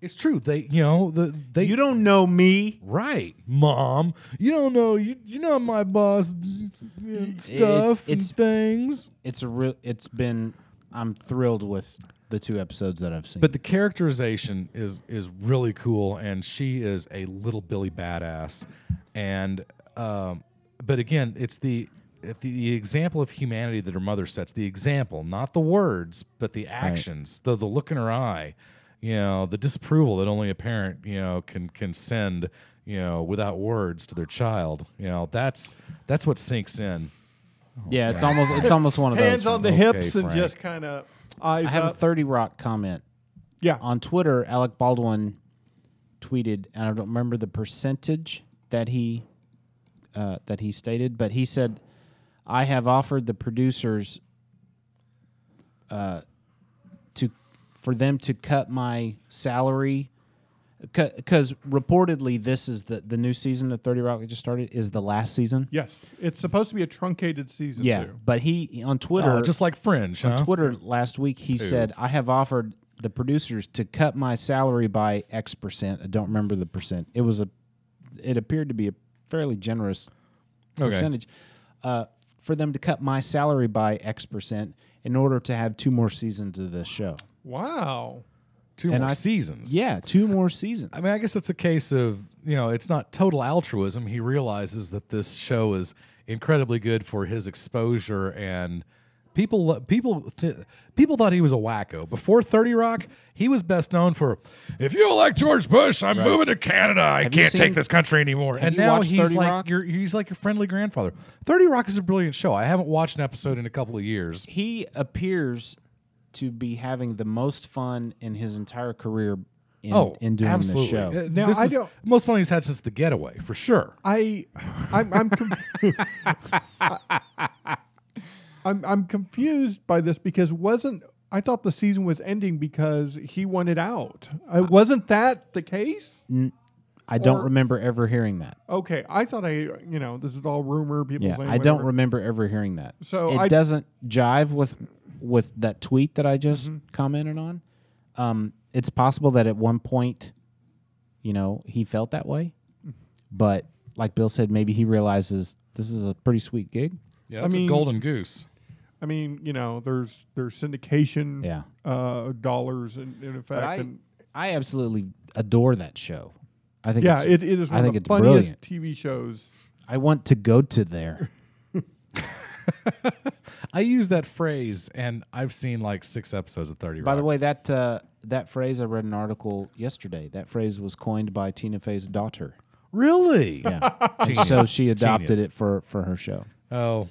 It's true. They. You know. The. They. You don't know me. Right, mom. You don't know. You you know my boss mm, mm, stuff it's- and things. It's a real it's been I'm thrilled with the two episodes that I've seen. But the characterization is is really cool, and she is a little Billy badass. And um, but again, it's the it's the, the example of humanity that her mother sets. The example, not the words, but the actions, the the look in her eye, you know, the disapproval that only a parent you know can can send you know without words to their child. You know, that's that's what sinks in. yeah, it's almost it's almost one of those. Hands on the Okay, hips and Frank. just kind of eyes I have a up. 30 Rock comment. yeah. On Twitter, Alec Baldwin tweeted, and I don't remember the percentage that he uh, that he stated, but he said, "I have offered the producers uh, to for them to cut my salary because reportedly this is the the new season of Thirty Rock that just started is the last season. Yes. It's supposed to be a truncated season. Yeah, too. but he on Twitter Oh, just like Fringe, on huh? Twitter last week, he said, I have offered the producers to cut my salary by X percent. I don't remember the percent. It was a, it appeared to be a fairly generous Okay. percentage uh, for them to cut my salary by X percent in order to have two more seasons of this show. Wow. Two and more I- seasons. Yeah, two more seasons. I mean, I guess it's a case of you know, it's not total altruism. He realizes that this show is incredibly good for his exposure, and people lo- people th- people thought he was a wacko before Thirty Rock. He was best known for if you like George Bush, I'm moving to Canada. I Have you can't seen- take this country anymore. And you now watched he's 30 like Rock? your he's like your friendly grandfather. Thirty Rock is a brilliant show. I haven't watched an episode in a couple of years. he appears to be having the most fun in his entire career in, in doing Oh, absolutely. this show. Uh, Now, this I is don't- most fun he's had since The Getaway, for sure. I, I'm, I'm, com- I'm, I'm confused by this because wasn't I thought the season was ending because he wanted out. Uh, wasn't that the case? I don't or- remember ever hearing that. Okay, I thought I, you know, this is all rumor. People, Yeah, saying I don't whatever. remember ever hearing that. So it I- doesn't jive with with that tweet that I just Mm-hmm. commented on. Um, it's possible that at one point, you know, he felt that way, but like Bill said, maybe he realizes this is a pretty sweet gig. Yeah, that's mean- a golden goose. I mean, you know, there's there's syndication, Yeah. uh, dollars and in effect, I, and I absolutely adore that show. I think yeah, it's, it, it is I one of think the it's funniest brilliant. TV shows. I want to go to there. I use that phrase, and I've seen like six episodes of Thirty Rock. By the way, that uh, that phrase I read an article yesterday. That phrase was coined by Tina Fey's daughter. really? Yeah. And Genius. so she adopted Genius. it for, for her show. Oh,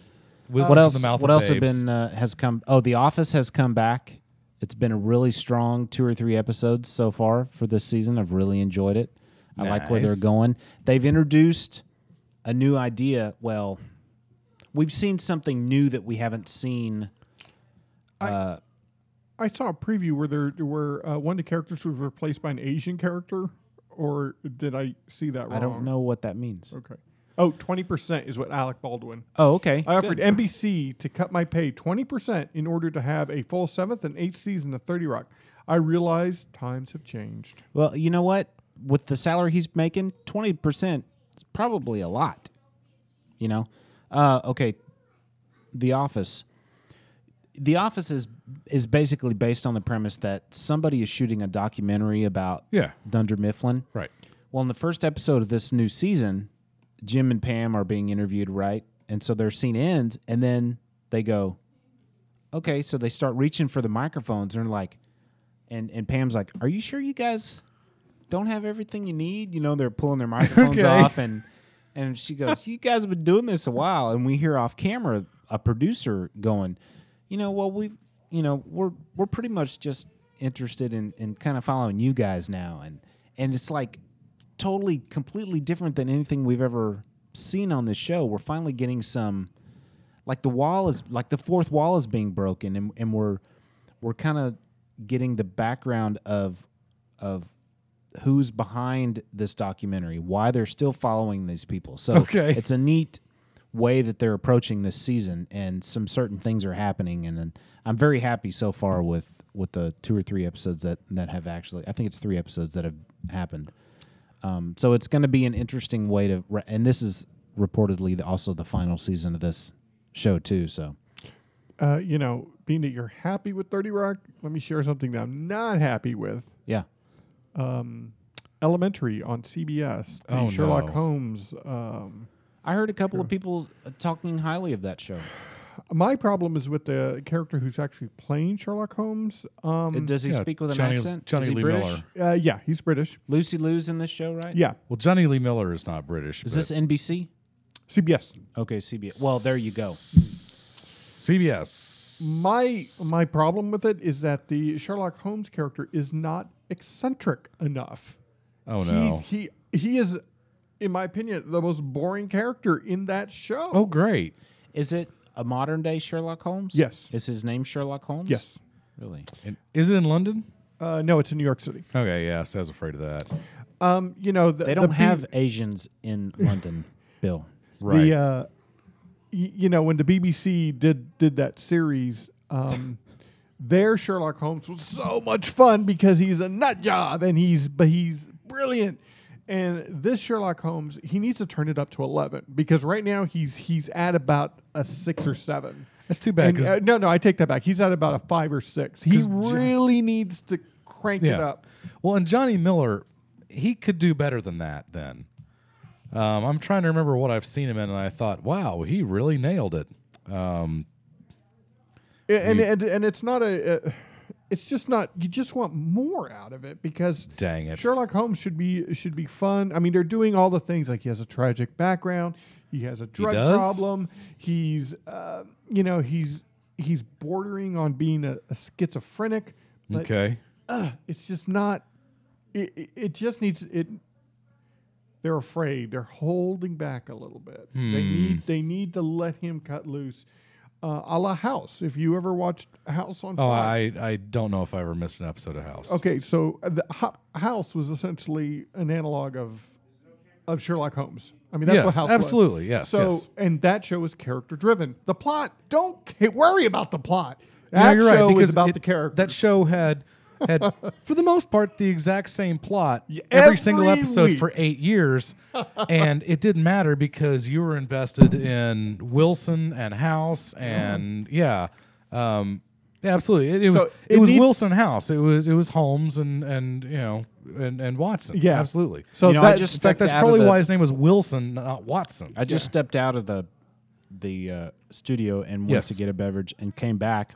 wisdom what from else? The mouth what of else have babes. been uh, has come? Oh, The Office has come back. It's been a really strong two or three episodes so far for this season. I've really enjoyed it. I like where they're Nice. going. They've introduced a new idea. Well, we've seen something new that we haven't seen. I saw a preview where there where uh, one of the characters was replaced by an Asian character, or did I see that wrong? I don't know what that means. Okay. Oh, 20% is what Alec Baldwin. Oh, okay. I offered NBC to cut my pay 20% in order to have a full seventh and eighth season of 30 Rock. I realized times have changed. Well, you know what? With the salary he's making, twenty percent is probably a lot. You know, uh, okay. The Office. The Office is is basically based on the premise that somebody is shooting a documentary about Yeah. Dunder Mifflin. Right. Well, in the first episode of this new season, Jim and Pam are being interviewed, right? And so their scene ends, and then they go, okay. So they start reaching for the microphones, and they're like, and and Pam's like, are you sure you guys don't have everything you need? You know, they're pulling their microphones Okay. off, and and she goes, you guys have been doing this a while, and we hear off camera a producer going, you know, well we, you know, we're we're pretty much just interested in in kind of following you guys now, and and it's like totally completely different than anything we've ever seen on this show. We're finally getting some like the wall is like the fourth wall is being broken and, and we're we're kind of getting the background of of who's behind this documentary, why they're still following these people. So Okay. it's a neat way that they're approaching this season and some certain things are happening and, and I'm very happy so far with with the two or three episodes that that have actually I think it's three episodes that have happened. Um, so it's going to be an interesting way to, re- and this is reportedly the, also the final season of this show too. So Uh, you know, being that you're happy with 30 Rock, let me share something that I'm not happy with. yeah, Elementary on CBS, the Oh, Sherlock no. Holmes. Um, I heard a couple of people uh, talking highly of that show. my problem is with the character who's actually playing Sherlock Holmes. Um, Uh, Does he Yeah, speak with an Johnny- accent? Johnny Is he Lee British? Miller. uh, yeah, he's British. Lucy Lou's in this show, right? Yeah, Well, Johnny Lee Miller is not British. Is but this NBC? CBS. Okay, CBS. Well, there you go. CBS? My my problem with it is that the Sherlock Holmes character is not eccentric enough. Oh no! He he, he is, in my opinion, the most boring character in that show. oh great! Is it a modern day Sherlock Holmes? Yes. Is his name Sherlock Holmes? yes. Really? And is it in London? Uh, no, it's in New York City. Okay, yes, I was afraid of that. Um, you know the, They the don't be- have Asians in London, Bill. Right. The, uh, y- you know, when the BBC did did that series, um, their Sherlock Holmes was so much fun because he's a nut job and he's but he's brilliant. And this Sherlock Holmes, he needs to turn it up to eleven because right now he's he's at about a six or seven. That's too bad, And, 'cause- uh, no, no, I take that back. He's at about a five or six. He 'Cause Jo- really needs to crank it up. Well, and Johnny Miller, he could do better than that. Then um, I'm trying to remember what I've seen him in, and I thought, wow, he really nailed it. and and, and it's not a, uh it's just not you just want more out of it because Dang it. Sherlock Holmes should be should be fun. I mean, they're doing all the things like he has a tragic background, he has a drug does? problem, he's uh, you know he's he's bordering on being a, a schizophrenic. But Okay. it's just not. It, it, it just needs it. They're afraid. They're holding back a little bit. Hmm. They need. They need to let him cut loose, uh, a la House. If you ever watched House on Oh, Fox, I I don't know if I ever missed an episode of House. okay. So uh, the Ho- House was essentially an analog of of Sherlock Holmes. I mean, that's Yes, what House was. absolutely. Yes, So yes. and that show is character driven. The plot. Don't ca- worry about the plot. No, That you're right show is because about it- the character. That show had had for the most part the exact same plot Y- every, every single episode week. for 8 years and it didn't matter because you were invested in Wilson and House and yeah um yeah, absolutely it, it was So it, it was need- Wilson House it was it was Holmes and and you know and and Watson Yeah. absolutely so You know, I that, just- in fact that's Stepped out of probably the- why his name was Wilson not Watson I just stepped out of the the uh, studio and went Yes. to get a beverage and came back,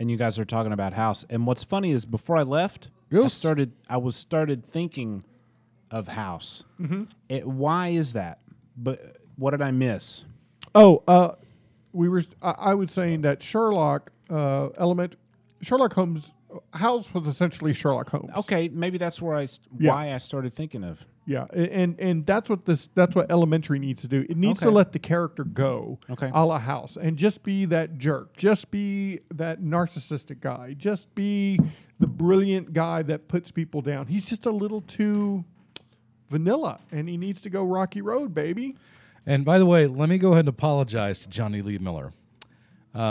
and you guys are talking about house. And what's funny is before I left, I Yes. started I was started thinking of house. Mm-hmm. It, why is that? But what did I miss? Oh, uh, we were. I, I was saying that Sherlock uh, element, Sherlock Holmes House was essentially Sherlock Holmes. Okay, maybe that's where I st- Yeah. why I started thinking of. Yeah, a- and and that's what this that's what Elementary needs to do. It needs to Okay. let the character go. Okay. A la House, and just be that jerk. Just be that narcissistic guy. Just be the brilliant guy that puts people down. He's just a little too vanilla, and he needs to go Rocky Road, baby. And by the way, let me go ahead and apologize to Johnny Lee Miller. Um,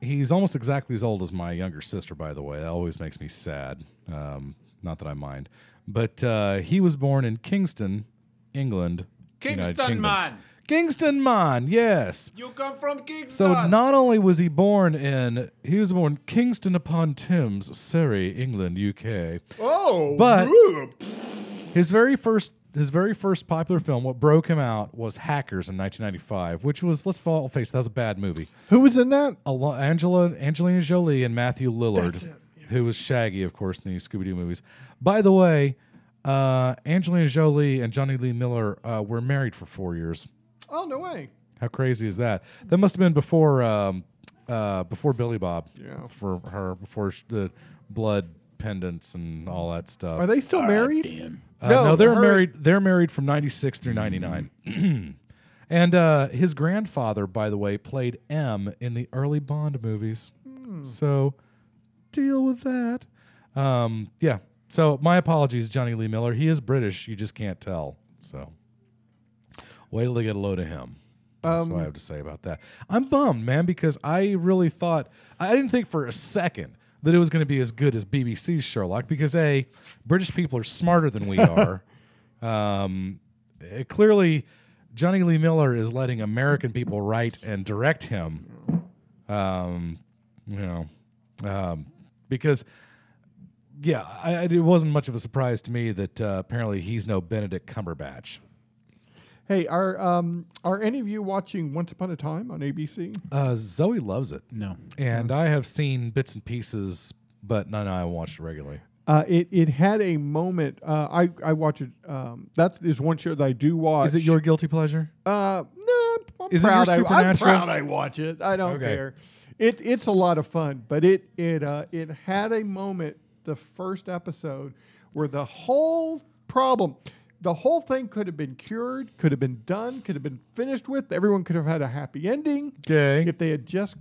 he's almost exactly as old as my younger sister, by the way. That always makes me sad. Um, not that I mind. But uh, he was born in Kingston, England. United Kingdom. Kingston Mon, yes. You come from Kingston. So not only was he born in he was born Kingston upon Thames, Surrey, England, UK. Oh, But- whoop. His very first his very first popular film, what broke him out, was Hackers in 1995, which was let's fall face that was a bad movie. who was in that? Al- Angela Angelina Jolie and Matthew Lillard, who was Shaggy, of course, in the Scooby Doo movies. By the way, uh, Angelina Jolie and Johnny Lee Miller uh, were married for four years. Oh no way. How crazy is that? That must have been before um, uh, before Billy Bob. Yeah. For her, before sh- the blood pendants and all that stuff. Are they still married? Uh, no, they're her- married. They're married from '96 through '99. and uh, his grandfather, by the way, played M in the early Bond movies. Hmm. So deal with that. Um, yeah. So my apologies, Johnny Lee Miller. He is British. You just can't tell. So wait till they get a load of him. That's Um, what I have to say about that. I'm bummed, man, because I really thought I didn't think for a second that it was going to be as good as BBC's Sherlock because a British people are smarter than we are. um, eh, clearly, Johnny Lee Miller is letting American people write and direct him. Um, you know, um, because yeah, I, I- it wasn't much of a surprise to me that uh, apparently he's no Benedict Cumberbatch. Hey, are um are any of you watching Once Upon a Time on ABC? Uh, Zoe loves it. No. And I have seen bits and pieces, but no, no, I watched it regularly. Uh, it it had a moment. Uh, I I watch it. Um, that is one show that I do watch. Is it your guilty pleasure? Uh, no, I'm, I'm Is it proud. your I, I'm Supernatural? proud. I watch it. I don't Okay. care. It it's a lot of fun, but it it uh, it had a moment the first episode where the whole problem, the whole thing could have been cured, could have been done, could have been finished with. Everyone could have had a happy ending Okay. if they had just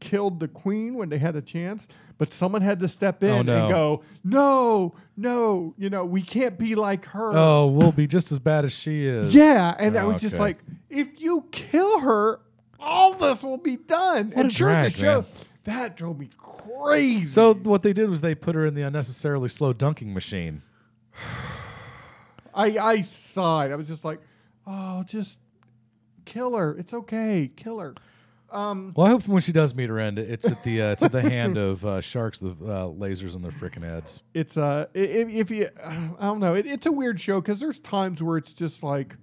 killed the queen when they had a chance, but someone had to step in Oh, no. and go, no, no, you know, we can't be like her. oh, we'll be just as bad as she is. yeah. And I Oh, was just okay. like, if you kill her, all this will be done. and a sure, drag, the show, man. that drove me crazy. So what they did was they put her in the unnecessarily slow dunking machine. I, I sighed. I was just like, oh, just kill her. It's okay. Kill her. Well, I hope when she does meet her end, it's at the uh, it's at the hand of uh, sharks with uh, lasers on their freaking heads. it's uh i- i- if, if you uh, I don't know it, it's a weird show because there's times where it's just like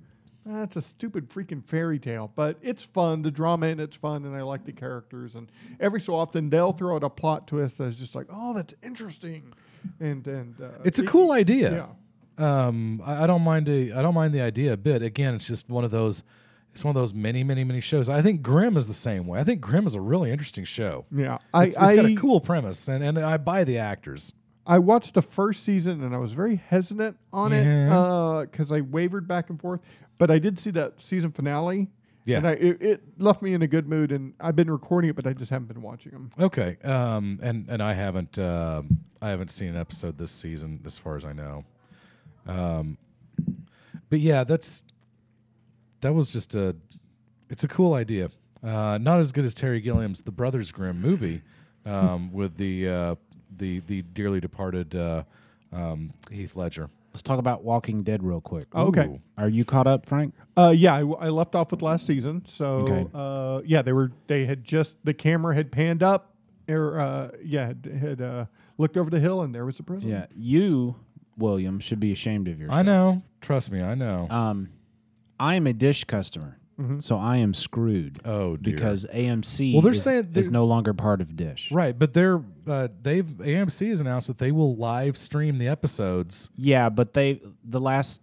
that's a stupid freaking fairy tale, but it's fun. The drama in it's fun, and I like the characters. And every so often they'll throw out a plot twist that's just like, oh, that's interesting, and and uh, It's a it- cool Yeah. idea. Um, I, I don't mind a, I don't mind the idea a bit. Again, it's just one of those. It's one of those many, many, many shows. I think Grimm is the same way. I think Grimm is a really interesting show. Yeah, I It's, it's got I- a cool premise, and, and I buy the actors. I watched the first season and I was very hesitant on Yeah. it because I wavered back and forth. But I did see that season finale. Yeah. and I, it, it left me in a good mood, and I've been recording it, but I just haven't been watching them. Okay, um, and and I haven't um I haven't seen an episode this season, as far as I know. Um, but yeah, that's that was just a it's a cool idea. Uh, not as good as Terry Gilliam's The Brothers Grimm movie um, with the uh, the the dearly departed uh, um, Heath Ledger. Let's talk about Walking Dead real quick. Okay. Ooh. Are you caught up, Frank? Uh, yeah, I, I left off with last season. So Okay. uh, yeah, they were they had just the camera had panned up, or uh, yeah, had, had uh, looked over the hill and there was the prison. Yeah. You, William, should be ashamed of yourself. I know. Trust me, I know. I am a dish customer, so I am screwed. Oh, dear. Because AMC Mm-hmm. Well, they're is, saying is they're- no longer part of Dish. right, but they're uh, they've AMC has announced that they will live stream the episodes. Yeah, but they the last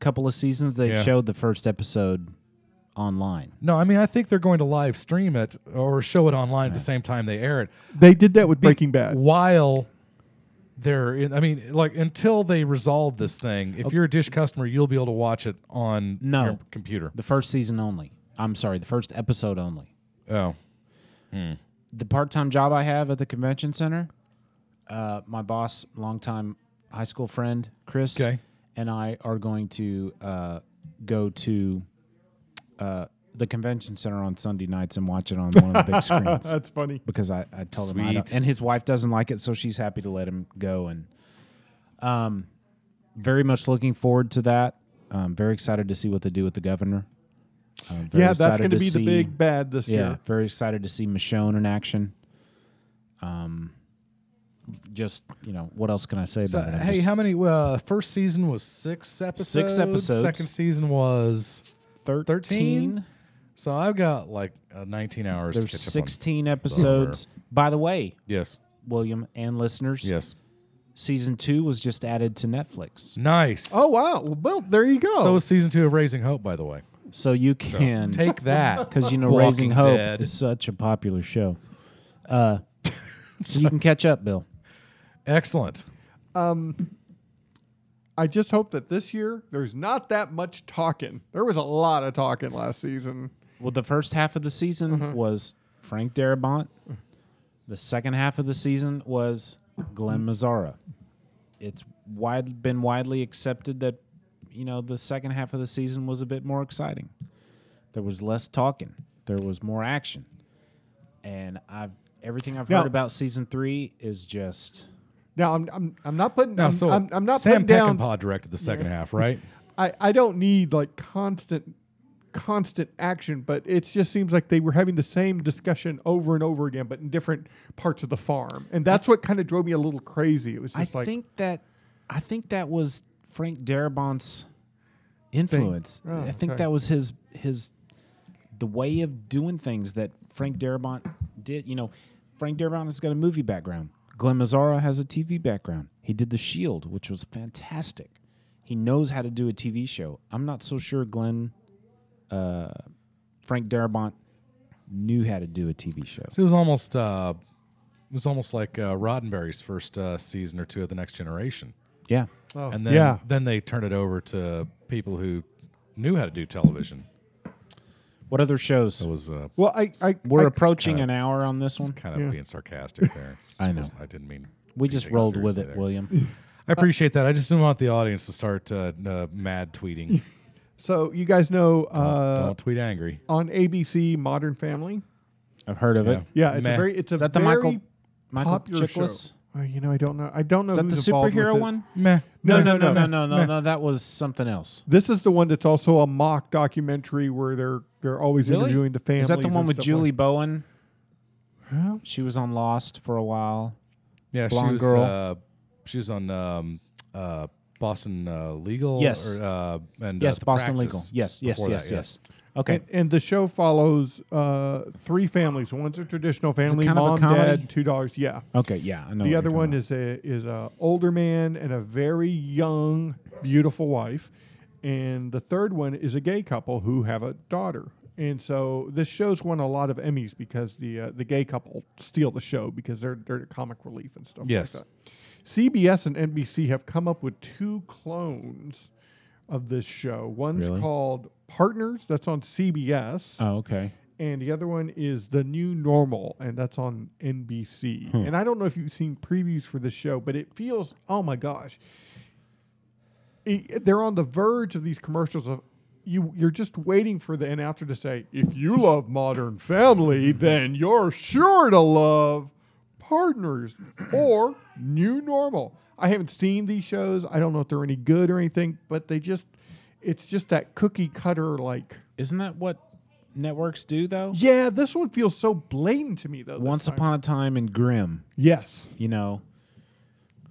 couple of seasons they Yeah. showed the first episode online. No, I mean I think they're going to live stream it or show it online at the same time they air it. They did that with Breaking Bad. While they're in, I mean, like until they resolve this thing, if you're a Dish customer, you'll be able to watch it on No. your computer. The first season only. I'm sorry, the first episode only. Oh, The part-time job I have at the convention center, uh, my boss, longtime high school friend Chris, Okay. and I are going to uh, go to uh, the convention center on Sunday nights and watch it on one of the big screens. That's funny. because I, I told him I don't, Sweet. and his wife doesn't like it, so she's happy to let him go. And um, very much looking forward to that. Um, very excited to see what they do with the governor. I'm very Yeah, that's excited gonna to be the see- big bad this yeah, year. Very excited to see Michonne in action. Um, just you know, what else can I say So, about it? I'm hey, just- how many? Uh, first season was six episodes. episodes. Second season was 13. So I've got like uh, 19 hours to there's catch up on. 16 episodes. By the way, Yes. William and listeners, Yes. season two was just added to Netflix, Nice. Oh wow! Well, Bill, there you go. Oh. So is season two of Raising Hope, by the way. so you can Take that. because you know Walking Raising Hope Dead. is such a popular show. Uh, so you can catch up, Bill. Excellent. I just hope that this year there's not that much talking. There was a lot of talking last season. Well, the first half of the season was Frank Darabont. The second half of the season was Glenn Mazzara. It's wide been widely accepted that you know the second half of the season was a bit more exciting. There was less talking. There was more action. And I've everything I've Now- heard about season three is just Now I'm I'm, I'm not putting Now, I'm, so I'm, I'm not Sam putting down. Peckinpah directed the second half, right? I I don't need like constant constant action, but it just seems like they were having the same discussion over and over again, but in different parts of the farm, and that's what kind of drove me a little crazy. It was I just like think that I think that was Frank Darabont's influence. Oh, I think okay. that was his his the way of doing things that Frank Darabont did. You know, Frank Darabont has got a movie background. Glenn Mazzara has a TV background. He did The Shield, which was fantastic. He knows how to do a TV show. I'm not so sure Glenn uh, Frank Darabont knew how to do a TV show. So it was almost uh, it was almost like uh, Roddenberry's first uh, season or two of The Next Generation, Oh, Yeah. and then oh, yeah. then they turned it over to people who knew how to do television. What other shows? It was uh, well, I I, We're I- approaching kinda- an hour on this it's one. kind of being sarcastic there. I know. I didn't mean. We just anything rolled with seriously it, there. William. I appreciate that. I just didn't want the audience to start uh, uh, mad tweeting. so you guys know uh, Don't tweet angry. on ABC Modern Family. I've heard of it. Yeah, it's Meh. a very it's a Is that the very Michael Michael popular Chiklis? show. Uh, you know, I don't know. I don't know. Is that the who's involved with superhero it. one? Meh. No, No, no, no, no, no, no, no, no. That was something else. This is the one that's also a mock documentary where they're they're always Really? interviewing the families. Is that the one and with stuff Julie Like. Bowen? Huh? She was on Lost for a while. Yeah, she Blonde was. girl. Uh, she was on um, uh, Boston uh, Legal. Yes. Or, uh, and uh, Yes, The Boston Legal. Practice Yes, yes, before yes, that, yes. Okay. And, and the show follows uh, three families. One's a traditional family, kind of a mom, comedy? dad, two daughters. Yeah. Okay, yeah, I know. The other one is a is a older man and a very young, beautiful wife, and the third one is a gay couple who have a daughter. And so this show's won a lot of Emmys because the uh, the gay couple steal the show because they're they're comic relief and stuff. Yes. Like that. CBS and NBC have come up with two clones of this show. One's Really? called Partners. That's on CBS Oh, okay. and the other one is the new normal and that's on nbc and i don't know if you've seen previews for this show but it feels oh my gosh It- they're on the verge of these commercials of you you're just waiting for the announcer to say if you love modern family then you're sure to love partners or new normal i haven't seen these shows i don't know if they're any good or anything but they just it's just that cookie cutter like Isn't that what networks do though? yeah, this one feels so blatant to me though. this Once time. upon a time in Grimm, yes, you know.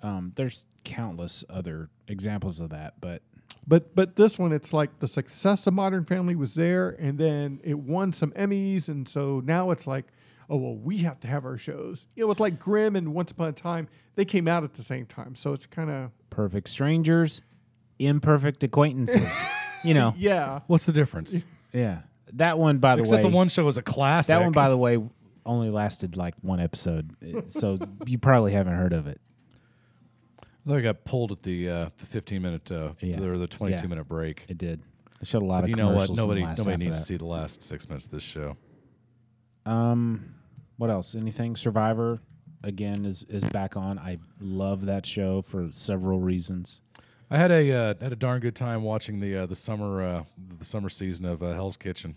Um, there's countless other examples of that, but but but this one, it's like the success of Modern Family was there, and then it won some Emmys, and so now it's like, oh well, we have to have our shows. It was like Grimm and Once Upon a Time; they came out at the same time, so it's kind of perfect strangers, imperfect acquaintances. you know. yeah. What's the difference? Yeah. That one by the Except way the one show was a classic. That one, by the way, only lasted like one episode, It- so you probably haven't heard of it. Though I got pulled at the uh, the fifteen minute uh, Yeah. or the twenty two Yeah. minute break. It did. It showed a lot So of you know what? commercials in the Nobody last nobody half of needs to that. see the last six minutes of this show. Um, what else? Anything? Survivor again is is back on. I love that show for several reasons. I had a uh, had a darn good time watching the uh, the summer uh, the summer season of uh, Hell's Kitchen.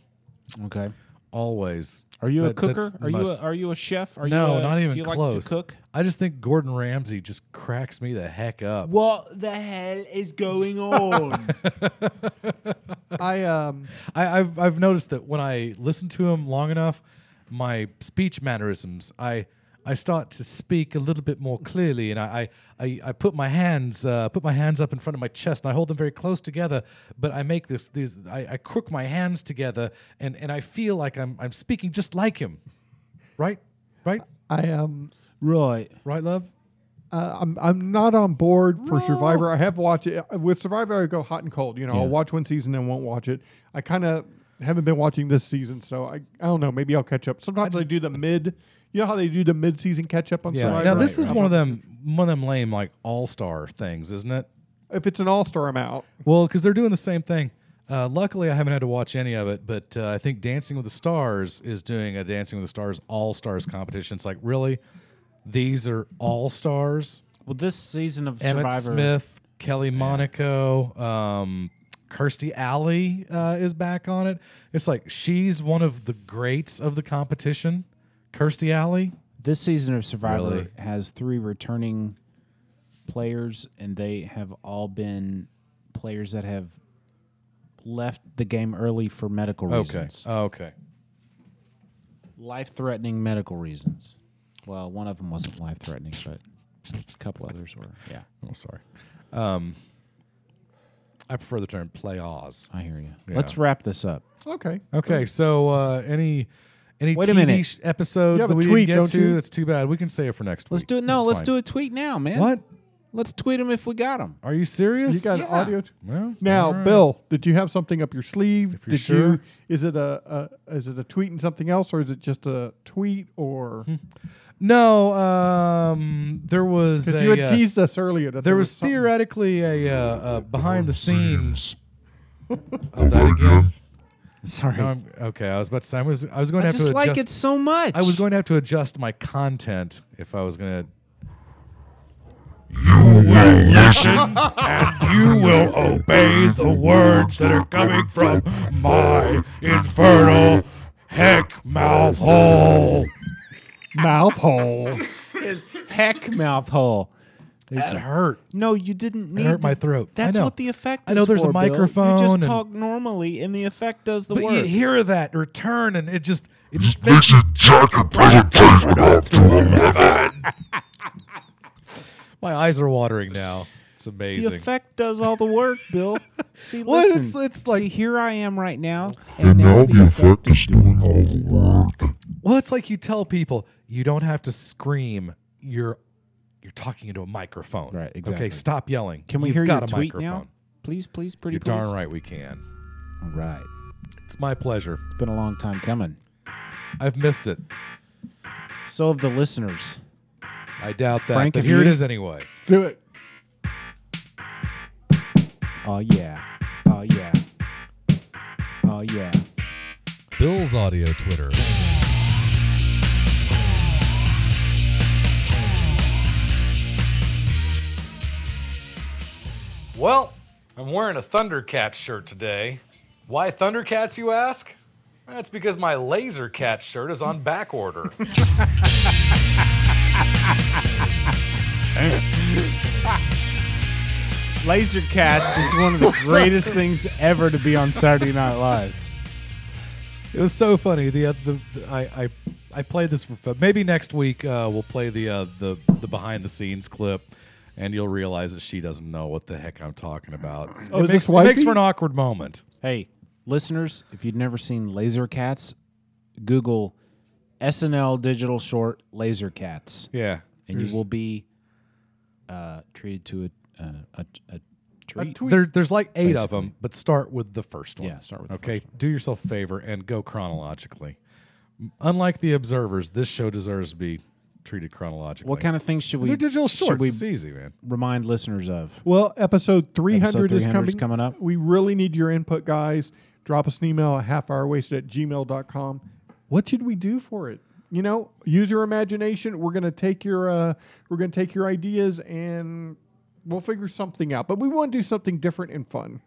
Okay. Always. Are you a That- that's cooker? Are you a, must- are you a chef? Are no, you a, not even do you close. Like to cook? I just think Gordon Ramsay just cracks me the heck up. What the hell is going on? I um I, I've I've noticed that when I listen to him long enough, my speech mannerisms, I I start to speak a little bit more clearly, and I I, I, I put my hands uh, put my hands up in front of my chest, and I hold them very close together. But I make this these I, I crook my hands together, and, and I feel like I'm I'm speaking just like him, right, right, I um right. right, love. uh, I'm I'm not on board for Survivor. I have watched it with Survivor. I go hot and cold. You know, I'll watch one season and won't watch it. I kind of haven't been watching this season, so I I don't know. Maybe I'll catch up. Sometimes they do the mid. You know how they do the mid season catch up on Survivor. Now this is one of them one of them lame like all star things, isn't it? If it's an all star, I'm out. Well, because they're doing the same thing. Uh, luckily, I haven't had to watch any of it, but uh, I think Dancing with the Stars is doing a Dancing with the Stars All Stars competition. It's like, really? These are All Stars? Well, this season of Emmett Survivor, Smith, Kelly Monaco, um, Kirstie Alley uh, is back on it. It's like she's one of the greats of the competition. Kirstie Alley? this season of Survivor Really? has three returning players, and they have all been players that have left the game early for medical Okay. reasons, Okay. life-threatening medical reasons. Well, one of them wasn't life-threatening, but a couple others were. Yeah, Oh, sorry. Um, I prefer the term play Oz. I hear you. Yeah. Let's wrap this up. Okay. Okay, so uh, any any Wait a TV minute. sh- episodes You have that a we tweet, didn't don't get to? you? That's too bad. We can save it for next Let's week. do it. No, It's let's fine. do a tweet now, man. What? Let's tweet them if we got them. Are you serious? You got an Yeah. audio. Well, Now, all right. Bill, did you have something up your sleeve? you're did sure. you? Is it a, a is it a tweet and something else, or is it just a tweet? Or Hmm. No, um, there was because a, you had uh, teased us earlier that there was something- theoretically a, uh, uh behind the scenes of that again. Sorry. No, I'm- okay, I was about to say I was I was going I to have just to like adjust. it so much. I was going to have to adjust my content if I was going to. You will obey the words that are coming from my infernal heck mouth hole. mouth hole. his heck mouth hole. That hurt. No, you didn't need. hurt to- my throat. I That's know. what the effect. I Is know there's a for, Bill. microphone You just and- talk normally, and the effect does the But work. you hear that return, and it just it just makes you My eyes are watering now. It's the amazing. effect does all the work, Bill. See, Well, listen. it's- it's like- see, here I am right now, and, now, the effect is doing all the work. well, it's like you tell people you don't have to scream. You're you're talking into a microphone. Right, exactly. Okay. Stop yelling. Can we You've hear got your a tweet microphone. now? Please, please, pretty You're please. darn right we can. All right. It's my pleasure. It's been a long time coming. I've missed it. So have the listeners. I doubt that. Frank, but have here it you? is anyway. Do it. Oh yeah. Oh yeah. Oh yeah. Bill's audio Twitter. Well, I'm wearing a Thundercats shirt today. Why Thundercats, you ask? That's because my Laser Cat shirt is on back order. Laser Cats is one of the greatest things ever to be on Saturday Night Live. It was so funny. The, uh, the, the I, I I played this. with- uh, Maybe next week uh, we'll play the uh, the the behind the scenes clip, and you'll realize that she doesn't know what the heck I'm talking about. Oh, it is makes, this it makes wifey? for an awkward moment. Hey, listeners, if you've never seen Laser Cats, Google SNL digital short Laser Cats, Yeah, and you will be uh, treated to a, uh, a, a treat. there, there's like eight of them, but start with the first one. Yeah, start with the okay. Do yourself a favor and go chronologically. M- Unlike the observers, this show deserves to be treated chronologically. what kind of things should we? They're digital should shorts. we It's easy, man. remind listeners of? Well, episode 300, Episode is, 300 coming. is coming up. We really need your input, guys. Drop us an email at halfhourwasted at gmail.com. What should we do for it? You know, use your imagination. We're gonna take your uh, we're gonna take your ideas and we'll figure something out. But we want to do something different and fun.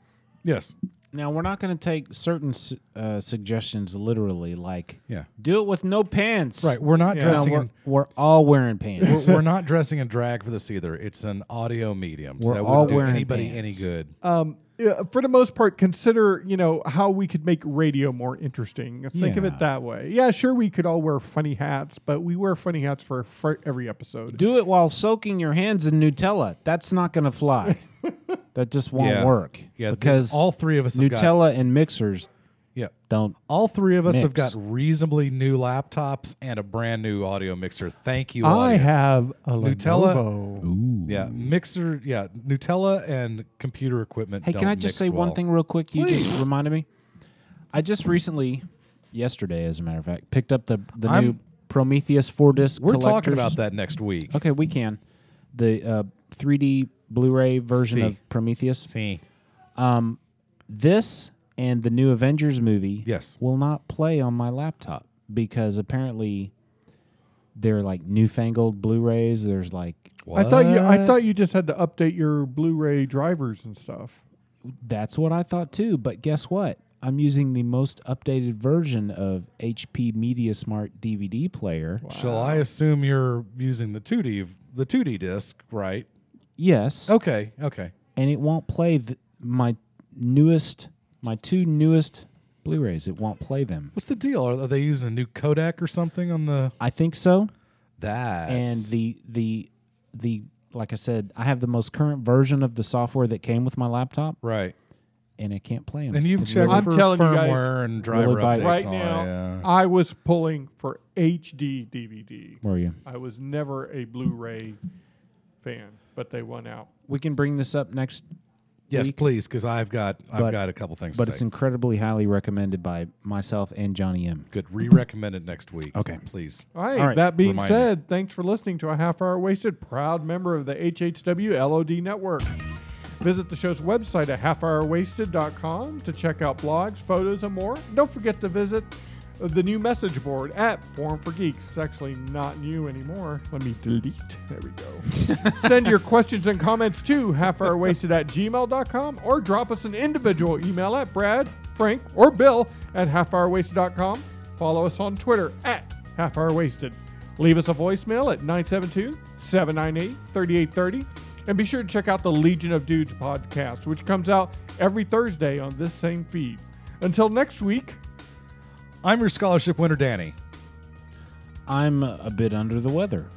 Yes. Now we're not going to take certain s- uh, suggestions literally, like Yeah. do it with no pants. Right, we're not No, dressing we're, in- we're all wearing pants. We're, we're not dressing in drag for this either. It's an audio medium, so We're that all wouldn't do wearing anybody pants. any good. Um, yeah, for the most part, consider you know how we could make radio more interesting. Think of Yeah. it that way. Yeah, sure, we could all wear funny hats, but we wear funny hats for, for every episode. do it while soaking your hands in Nutella. That's not going to fly. that just won't Yeah. work. Yeah, the- because all three of us have got- Nutella and mixers Yeah. don't. All three of us have Mix. got reasonably new laptops and a brand new audio mixer. Thank you. I audience. have a Nutella. Lenovo. Yeah, mixer. Yeah, Nutella and computer equipment. Hey, can don't I just mix say well. one thing real quick? You Please. just reminded me. I just recently, yesterday, as a matter of fact, picked up the the I'm- new Prometheus four disc. We're talking collector's- about that next week. Okay, we can. The uh, 3D Blu-ray version See. of Prometheus. See. This and the new Avengers movie Yes. will not play on my laptop because apparently they're like newfangled Blu-rays. There's like I thought you. I thought you just had to update your Blu-ray drivers and stuff. that's what I thought too, but guess what? I'm using the most updated version of HP MediaSmart DVD player. Shall I assume you're using the 2D v- the 2D disc, right? Yes. Okay, okay. And it won't play th- my newest my two newest Blu-rays. It won't play them. What's the deal? Are, are they using a new codec or something on the I think so. that? and the the the like I said, I have the most current version of the software that came with my laptop, right. and it can't play them. And you've checked I'm for telling you guys, firmware and driver really updates. bites. Right and all now, that, yeah. I was pulling for HD DVD. Where are you? I was never a Blu-ray fan, but they won out. We can bring this up next, yes, week- please, because I've got I've But- got a couple things. but to it's say. incredibly highly recommended by myself and Johnny M. good. Re-recommend it next week. Okay. please. All right. All right, That being remind me. said, thanks for listening to a half hour wasted. Proud member of the HHW LOD network. Visit the show's website at halfhourwasted.com to check out blogs, photos, and more. Don't forget to visit the new message board at Forum for Geeks. It's actually not new anymore. Let me delete. There we go. Send your questions and comments to halfhourwasted at gmail.com or drop us an individual email at Brad, Frank, or Bill at halfhourwasted.com. Follow us on Twitter at halfhourwasted. Leave us a voicemail at 972 798 3830. And be sure to check out the Legion of Dudes podcast, which comes out every Thursday on this same feed. Until next week, I'm your scholarship winner, Danny. I'm a bit under the weather.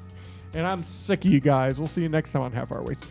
and I'm sick of you guys. We'll see you next time on Half Hour Waste.